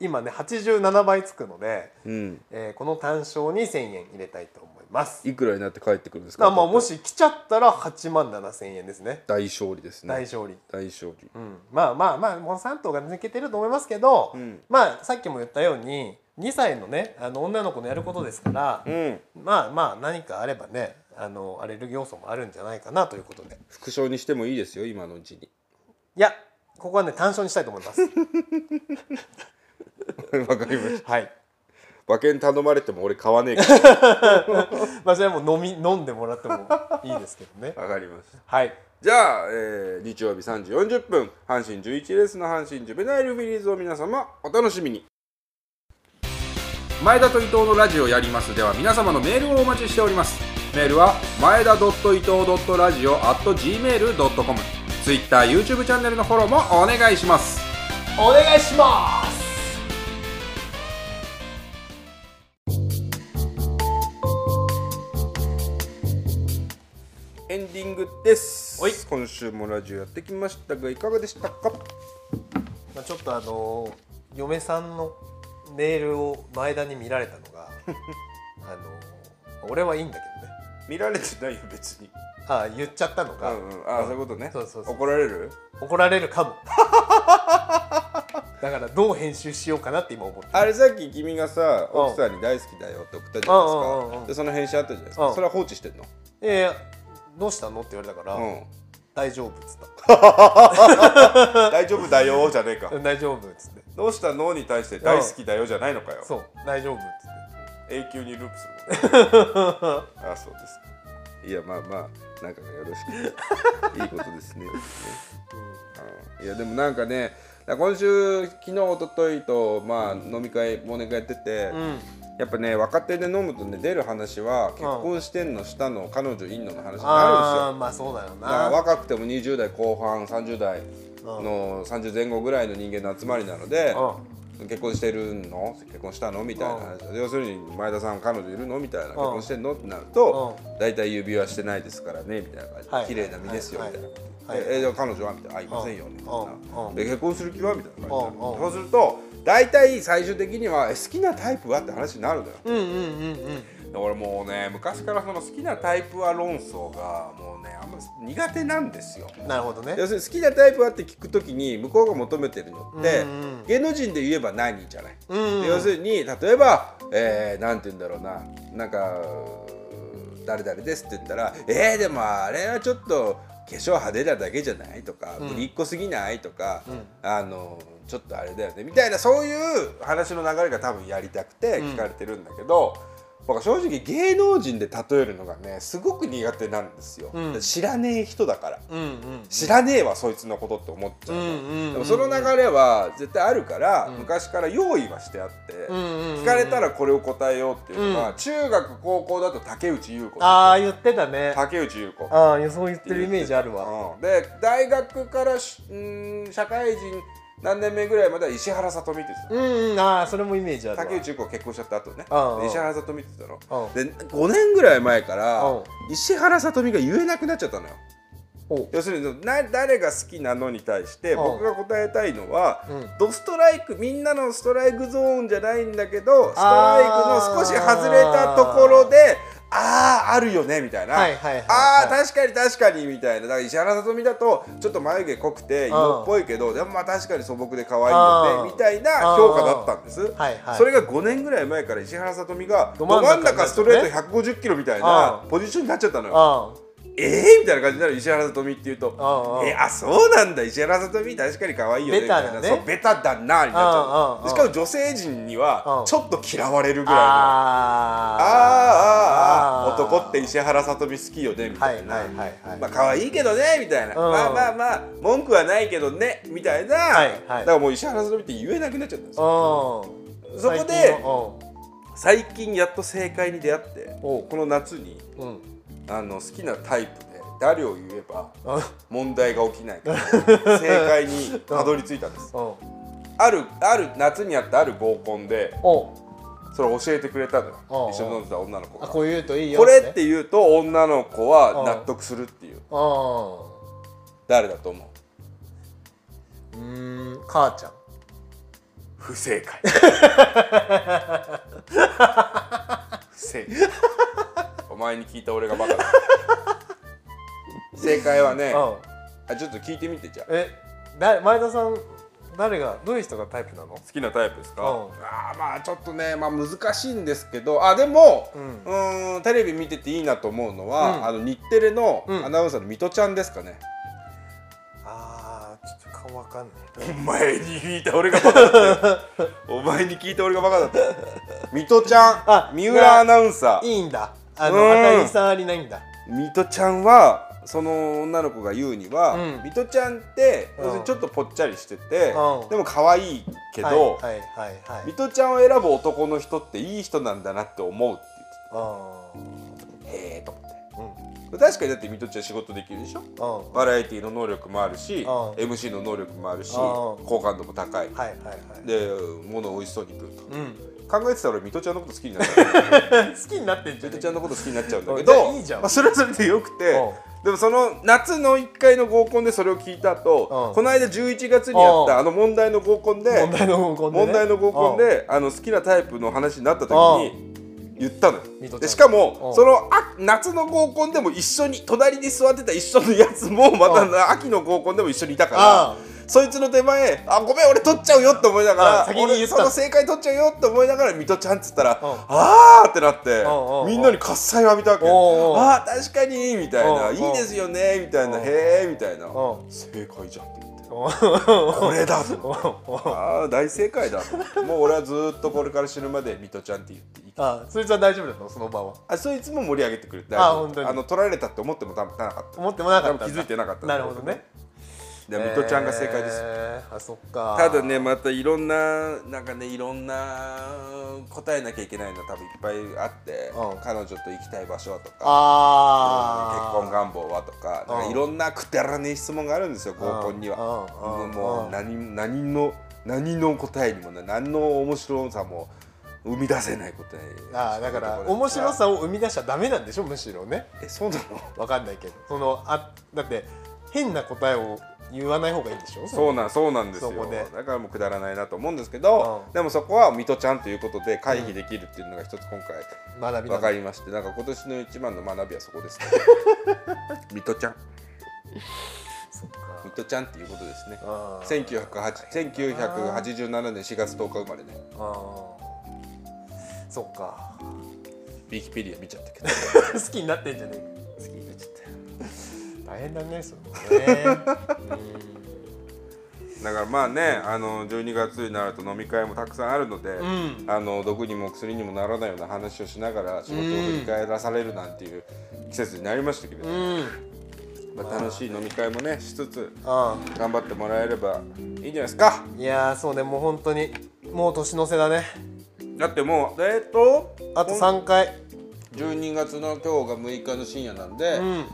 B: 今ね、87倍つくので、
A: うん
B: えーこの単勝に1000円入れたいと思います。
A: いくらになって帰ってくるんです
B: だ
A: か
B: か
A: ら
B: まあもし来ちゃったら8万7千円ですね
A: 大勝利ですね
B: 大勝利、
A: 大勝利
B: うん、まあまあまあこの3頭が抜けてると思いますけど、
A: うん
B: まあさっきも言ったように2歳のねあの女の子のやることですから、
A: うん
B: まあまあ何かあればねあの荒れる要素もあるんじゃないかなということで
A: 副賞にしてもいいですよ今のうちに
B: いやここはね単勝にしたいと思います
A: わかりました
B: はい
A: 馬券頼まれても俺買わねえから
B: まあそれはもう飲み飲んでもらってもいいですけどね
A: わかりました
B: はい
A: じゃあ、えー日曜日3時40分阪神11レースの阪神ジュベナイルフィリーズを皆様お楽しみに
D: 前田と伊藤のラジオやりますでは皆様のメールをお待ちしておりますメールは前田伊藤ラジオ at gmail.com ツイッター YouTube チャンネルのフォローもお願いします
B: お願いします
A: エンディングです
B: はい
A: 今週もラジオやってきましたがいかがでしたか
B: まあ、ちょっとあの嫁さんのメールを前田に見られたの があの俺はいいんだけどね
A: 見られてないよ別に
B: ああ言っちゃったの
A: う
B: が、
A: んうんああそういうことね
B: そうそうそう
A: 怒られる
B: 怒られるかも だからどう編集しようかなって今思って
A: あれさっき君がさ
B: うん
A: 奥さんに大好きだよって送ったじゃないです
B: うんうんうんう
A: か
B: ん
A: でその返信あったじゃないです
B: う
A: か
B: ん
A: それは放置してんの
B: えやどうしたのって言われたから、
A: うん
B: 大丈夫っつった
A: 大丈夫だよじゃねえか
B: 大丈夫っつって
A: どうしたのに対して大好きだよじゃないのかよ
B: そう大丈夫っつって
A: 永久にループする あそうですかいやまあまあ仲がよろし くいいことですね、うんいやでもなんかね今週昨日一昨日とまあ飲み会忘年会やってて、
B: うん
A: やっぱね若手で飲むとね出る話は結婚してんのしたの彼女いんのの話になるんですよ
B: ああまあそうだよ
A: だから
B: な
A: 若くても20代後半30代の30前後ぐらいの人間の集まりなので、結婚してるの結婚したのみたいな話、要するに前田さん彼女いるのみたいな、結婚してんのってなると、大体指輪してないですからねみたいな感じで、
B: はい
A: 綺麗な身ですよ、
B: はい
A: みたいな、
B: はい
A: でえじゃあ彼女はみたいなあいませんよ、
B: うん
A: みたいな、
B: うん
A: で結婚する気はみたいな感じになる、
B: う
A: そう
B: ん
A: すると大体最終的にはえ好きなタイプはって話になるのよ、
B: うんうんうんうん
A: で俺もうね昔からその好きなタイプは論争がもうねあんま苦手なんですよ
B: なるほどね
A: 要するに好きなタイプはって聞くときに向こうが求めてるのって、
B: うんうん
A: 芸能人で言えば何じゃない、
B: ん
A: で要するに例えば、えー、なんて言うんだろうななんかうー誰々ですって言ったら「えー、でもあれはちょっと粧派手なだけじゃないとか、ぶりっ子すぎないとか、あのちょっとあれだよねみたいなそういう話の流れが多分やりたくて聞かれてるんだけど、僕は正直芸能人で例えるのがねすごく苦手なんですよ、
B: うん
A: 知らねえ人だから。
B: うんうん
A: 知らねえわそいつのことって思っちゃう,、
B: うんうんうん
A: でもその流れは絶対あるから、昔から用意はしてあって、
B: んうんうん
A: 聞かれたらこれを答えようっていうのが、中学高校だと竹内優子
B: ああ言ってたね
A: 竹内優子
B: ああ予想言ってるイメージあるわ
A: うん、で大学からしうん社会人何年目ぐらいまでは石原さとみって言ってた
B: うんうんああそれもイメージあるわ
A: 竹内優子が結婚しちゃった後ね
B: うんうん
A: で石原さとみって言ってたの
B: うん
A: で5年ぐらい前から
B: うん
A: 石原さとみが言えなくなっちゃったのよ
B: おう
A: 要するにな誰が好きなのに対して
B: うん
A: 僕が答えたいのは、
B: うん
A: ドストライクみんなのストライクゾーンじゃないんだけどスト
B: あ
A: ラ
B: ー
A: イクの少し外れたところでああーあるよねみたいな、
B: はいはいはいはい
A: ああ確かに確かにみたいなだから石原さとみだとちょっと眉毛濃くて色っぽいけどでもまあ確かに素朴で可愛いよ
B: あ
A: ねみ
B: ー
A: たいな評価だったんです、
B: はいはい
A: それが5年ぐらい前から石原さとみがど
B: ど真ん中
A: 真ん中ストレート150キロみたいな
B: うん
A: ポジションになっちゃったのよ。
B: あ
A: えー、みたいな感じになる石原さとみっていうと
B: ああ
A: えー、あそうなんだ石原さとみ確かに可愛いよね
B: ベタだね
A: みたいなそうベタだなになっちゃ
B: ああ
A: う
B: あ
A: で
B: あ
A: しかも女性陣に
B: う
A: は
B: ん
A: ちょっと嫌われるぐ
B: あ
A: らいのあーあーあ
B: あ
A: ー男って石原さとみ好きよねみたいな、
B: はいはいはいはい
A: まあ可愛いけどねみたいな、
B: ん
A: まあまあまあ文句はないけどねみたいな、
B: はいはい
A: だからもう石原さとみって言えなくなっちゃったんですよ
B: うん
A: そこで
B: 最近の
A: 最近やっと正解に出会って
B: おう
A: この夏に
B: うんうん
A: あの好きなタイプで誰を言えば
B: あ
A: 問題が起きない から正解にたどり着いたんです
B: おう
A: あるある夏にあったある合コンで
B: おう
A: それを教えてくれたのよ
B: うん
A: 一緒に飲んでた女の子
B: あ
A: が
B: こういうといいよ
A: これって言うと女の子は納得するっていう
B: う
A: 誰だと思うん
B: うーん母ちゃん
A: 不正解不正 解お前に聞いた俺がバカだ正解はね
B: うん
A: あちょっと聞いてみてじゃあ
B: えだ前田さん誰がどういう人がタイプなの
A: 好きなタイプですか、
B: うん
A: あーまあちょっとね、まあ、難しいんですけどあでも、う
B: うんん、
A: テレビ見てていいなと思うのは、
B: うん
A: あの日テレの
B: うん
A: アナウンサーの水戸ちゃんですかね、
B: ああちょっと顔わかんない
A: お前に聞いた俺がバカだったよ お前に聞いた俺がバカだったよ水戸ちゃ
B: あ
A: ん三浦アナウンサ
B: い
A: ー
B: いんだあ
A: うん
B: の当たり障りないんだ
A: 水戸ちゃんはその女の子が言うには、
B: うん
A: 水戸ちゃんって、
B: うん
A: 要するにちょっとぽっちゃりしてて、
B: うん
A: でも可愛いけど、
B: はいはいはいはい
A: 水戸ちゃんを選ぶ男の人っていい人なんだなって思うって言ってたへえ
B: あ
A: と思って
B: ーうん
A: 確かにだってミトちゃん仕事できるでしょ
B: うんは
A: バラエティの能力もあるし
B: ん
A: MC の能力もあるし
B: うん
A: 好感度も高い
B: いはいはい
A: で物を美味しそうに食うと
B: うん
A: 考えてたら俺ミトちゃんのこと好きになっちゃう
B: 好きになってんじ
A: ミ
B: ゃん
A: トちゃんのこと好きになっちゃうんだけ
B: うんじゃ
A: ど
B: あいいじゃん
A: まあ、それはそれでよくて
B: うん
A: でもその夏の1回の合コンでそれを聞いた後
B: うん
A: この間11月にやっ
B: う
A: た
B: ん
A: あの問題の合コンで
B: 問題の合コンでね
A: 問題の合コンであの好きなタイプの話になった時に言ったのよ
B: ミトちゃん
A: でしか
B: う
A: も
B: ん
A: そのあ夏の合コンでも一緒に隣に座ってた一緒のやつもま
B: う
A: た秋の合コンでも一緒にいた
B: あ
A: からそいつの手前「あごめん俺取っちゃうよ」って思いながら
B: あ先に言
A: 俺
B: った
A: その正解取っちゃうよって思いながらミトちゃんっつったら「
B: うん
A: あー」ってなって
B: うんうん
A: みんなに喝采を浴びたわけ「
B: うんうん
A: あー確かに」みたいな「
B: うん
A: いいですよね」みたいな「
B: うん
A: へえ」みたいな
B: う
A: 「正解じゃん」って言って。
B: お
A: これだと思って
B: お
A: ああ大正解だと思ってもう俺はずーっとこれから死ぬまでミトちゃんって言っていい
B: あそいつは大丈夫だったのその場は
A: あそいつも盛り上げてくれて
B: あー本当に
A: あの取られたって思っても多分なかった
B: 思ってもなかったん
A: 多
B: だ
A: 分気づいてなかった
B: なるほどね
A: でミトちゃんが正解です、
B: えーあそっか
A: ただねまたいろんななんかねいろんな答えなきゃいけないの多分いっぱいあって、
B: うん
A: 彼女と行きたい場所はとか
B: あ
A: 結
B: ー
A: 婚願望はとか
B: うん
A: なんかいろんなくだらねえ質問があるんですよ合コンには
B: う
A: もう
B: んうん
A: もう
B: うん
A: 何何の何の答えにもな何の面白さも生み出せない答え
B: あーだから面白さを生み出しちゃダメなんでしょむしろね
A: えそうなの
B: わかんないけどそのあだって変な答えを言わない方がいいんでしょ
A: そうなんそうなんですよ
B: そこで
A: だからもうくだらないなと思うんですけど
B: うん
A: でもそこは水戸ちゃんということで回避できるっていうのが一つ今回
B: 学びな
A: 分
B: ん
A: か
B: だ
A: りましてなんか今年の一番の学びはそこ ですね水戸ちゃん
B: そっか
A: 水戸ちゃんっていうことですね
B: あー
A: 1908 1987年4月10日生まれね
B: あーそっか
A: ウィキペディア見ちゃったけど
B: 好きになってんじゃねえ
A: 好きになっちゃったよ
B: 大変だねそれもね
A: だからまあねあの12月になると飲み会もたくさんあるので、
B: ん
A: あの毒にも薬にもならないような話をしながら仕事を振り返らされるなんていう季節になりましたけれど、
B: うん
A: まあ、楽しい飲み会もねしつつ
B: あ
A: 頑張ってもらえればいいんじゃないですか
B: あいやーそうねもう本当にもう年の瀬だね
A: だってもうえっと
B: あと3回
A: 12月の今日が6日の深夜なんで、
B: うん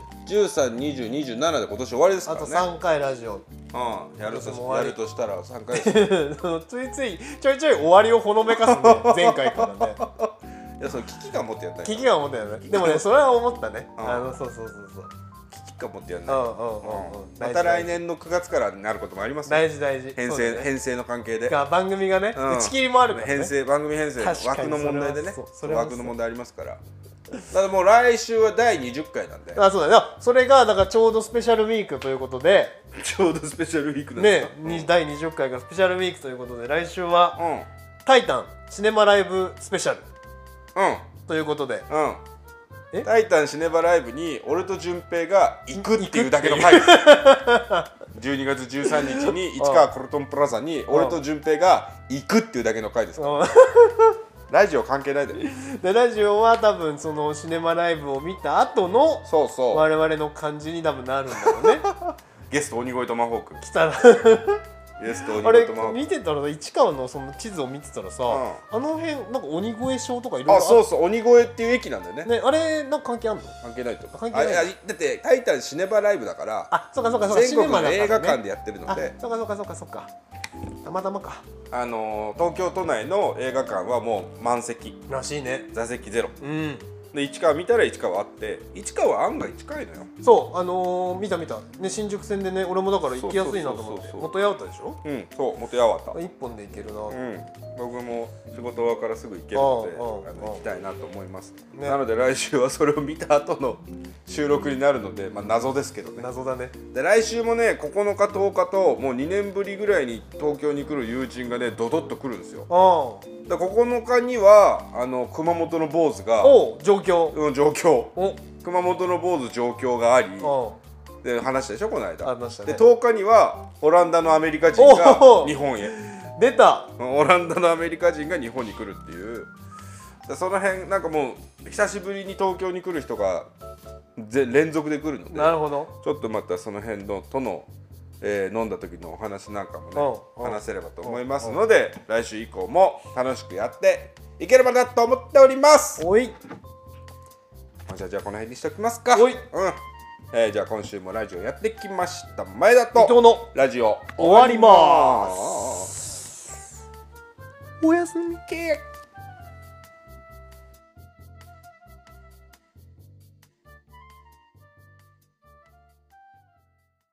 A: 132027で今年終わりですか
B: あ
A: ら
B: と
A: ね
B: 3回ラジオ
A: うん、やる
B: 今年も
A: と
B: 終わ
A: や
B: り
A: るとしたら3回
B: ちょいちょいちょいちょい終わりをほのめかすね前回からね
A: いやその危機感持ってやった
B: 危機
A: 感
B: 感思ったよねでもねそれは思ったね
A: うん
B: あのそうそうそうそう
A: 危機感持ってやん
B: う
A: ない、
B: んうんうんうん
A: うんまた来年の9月からになることもあります
B: 大事大事
A: 編
B: そうだ
A: 成、
B: ね
A: 編成の関係で、
B: が番組がね、
A: うん
B: 打ち切りもあるからね
A: 編成番組編成
B: 確か
A: 枠
B: に
A: の問題でね
B: それはそうそれはそう
A: 枠の問題ありますからただもう来週は第20回 なんで
B: あそうだねだからそれがだからちょうどスペシャルウィークということで
A: ちょうどスペシャルウィークなんで
B: ね
A: すか、
B: に第20回がスペシャルウィークということで来週は
A: うんうん
B: 「タイタンシネマライブスペシャル
A: うん」
B: ということで
A: うん
B: え
A: タイタンシネバライブに俺と順平が行くっていうだけの回です 12月13日に市川コルトンプラザに俺と順平が行くっていうだけの回ですからラジオ関係ないで
B: でラジオは多分そのシネマライブを見た後の
A: そうそう
B: 我々の感じに多分なるんだろう ね
A: ゲスト鬼越トマホーク
B: 来たら
A: ゲスト鬼
B: あ
A: 越
B: れ
A: トマホーク
B: 見てたら市川のその地図を見てたらさ、あの辺なんか鬼越症とかいろいろ
A: あそううそう鬼越っていう駅なんだよね
B: ねあれなんか関係あんの
A: 関係ないと
B: 関係ない
A: あやだって「タイタンシネバライブ」だから
B: あそうかそうかそうか
A: 全国の
B: シネマだからね
A: 映画館でやってるの
B: あ
A: で
B: そうかそうかそうかそうかたまたまか
A: あのー東京都内の映画館はもう満席
B: らしいね
A: 座席ゼロ
B: うん
A: で市川見たら市川あって市川は案外近いのよ
B: そうあのー、見た見たね新宿線でね俺もだから行きやすいなと思っ
A: そうそうそう
B: て
A: そう
B: 元八幡でしょ
A: うんそう元八
B: あ
A: 幡
B: 一本で行けるな、
A: うん僕も仕事終わからすぐ行けるので
B: ああ
A: あ
B: ああ
A: の行きたいなと思います、
B: ね
A: なので来週はそれを見た後の収録になるので、まあ、謎ですけどね
B: 謎だね
A: で来週もね9日10日ともう2年ぶりぐらいに東京に来る友人がねドドッと来るんですよ
B: ああ
A: で9日にはあの熊本の坊主が
B: おう状況
A: うん状況
B: お
A: 熊本の坊主状況があり
B: あ
A: で話したでしょこの間
B: あ話したね
A: で10日にはオランダのアメリカ人
B: お
A: が
B: お
A: 日本へ
B: あ出た
A: うんオランダのアメリカ人が日本に来るっていうでその辺なんかもう久しぶりに東京に来る人がぜ連続で来るので
B: なるほど
A: ちょっとまたその辺のとの、えー飲んだ時のお話なんかも
B: うん
A: ね
B: うん
A: 話せればと思いますので来週以降も楽しくやっていければなと思っております
B: おい
A: まあじゃあじゃあこの辺にしておきますか
B: おい
A: うんえーじゃあ今週もラジオやってきました前田と
B: 伊藤の
A: ラジオ
B: 終わりますおやすみ
A: ケーキ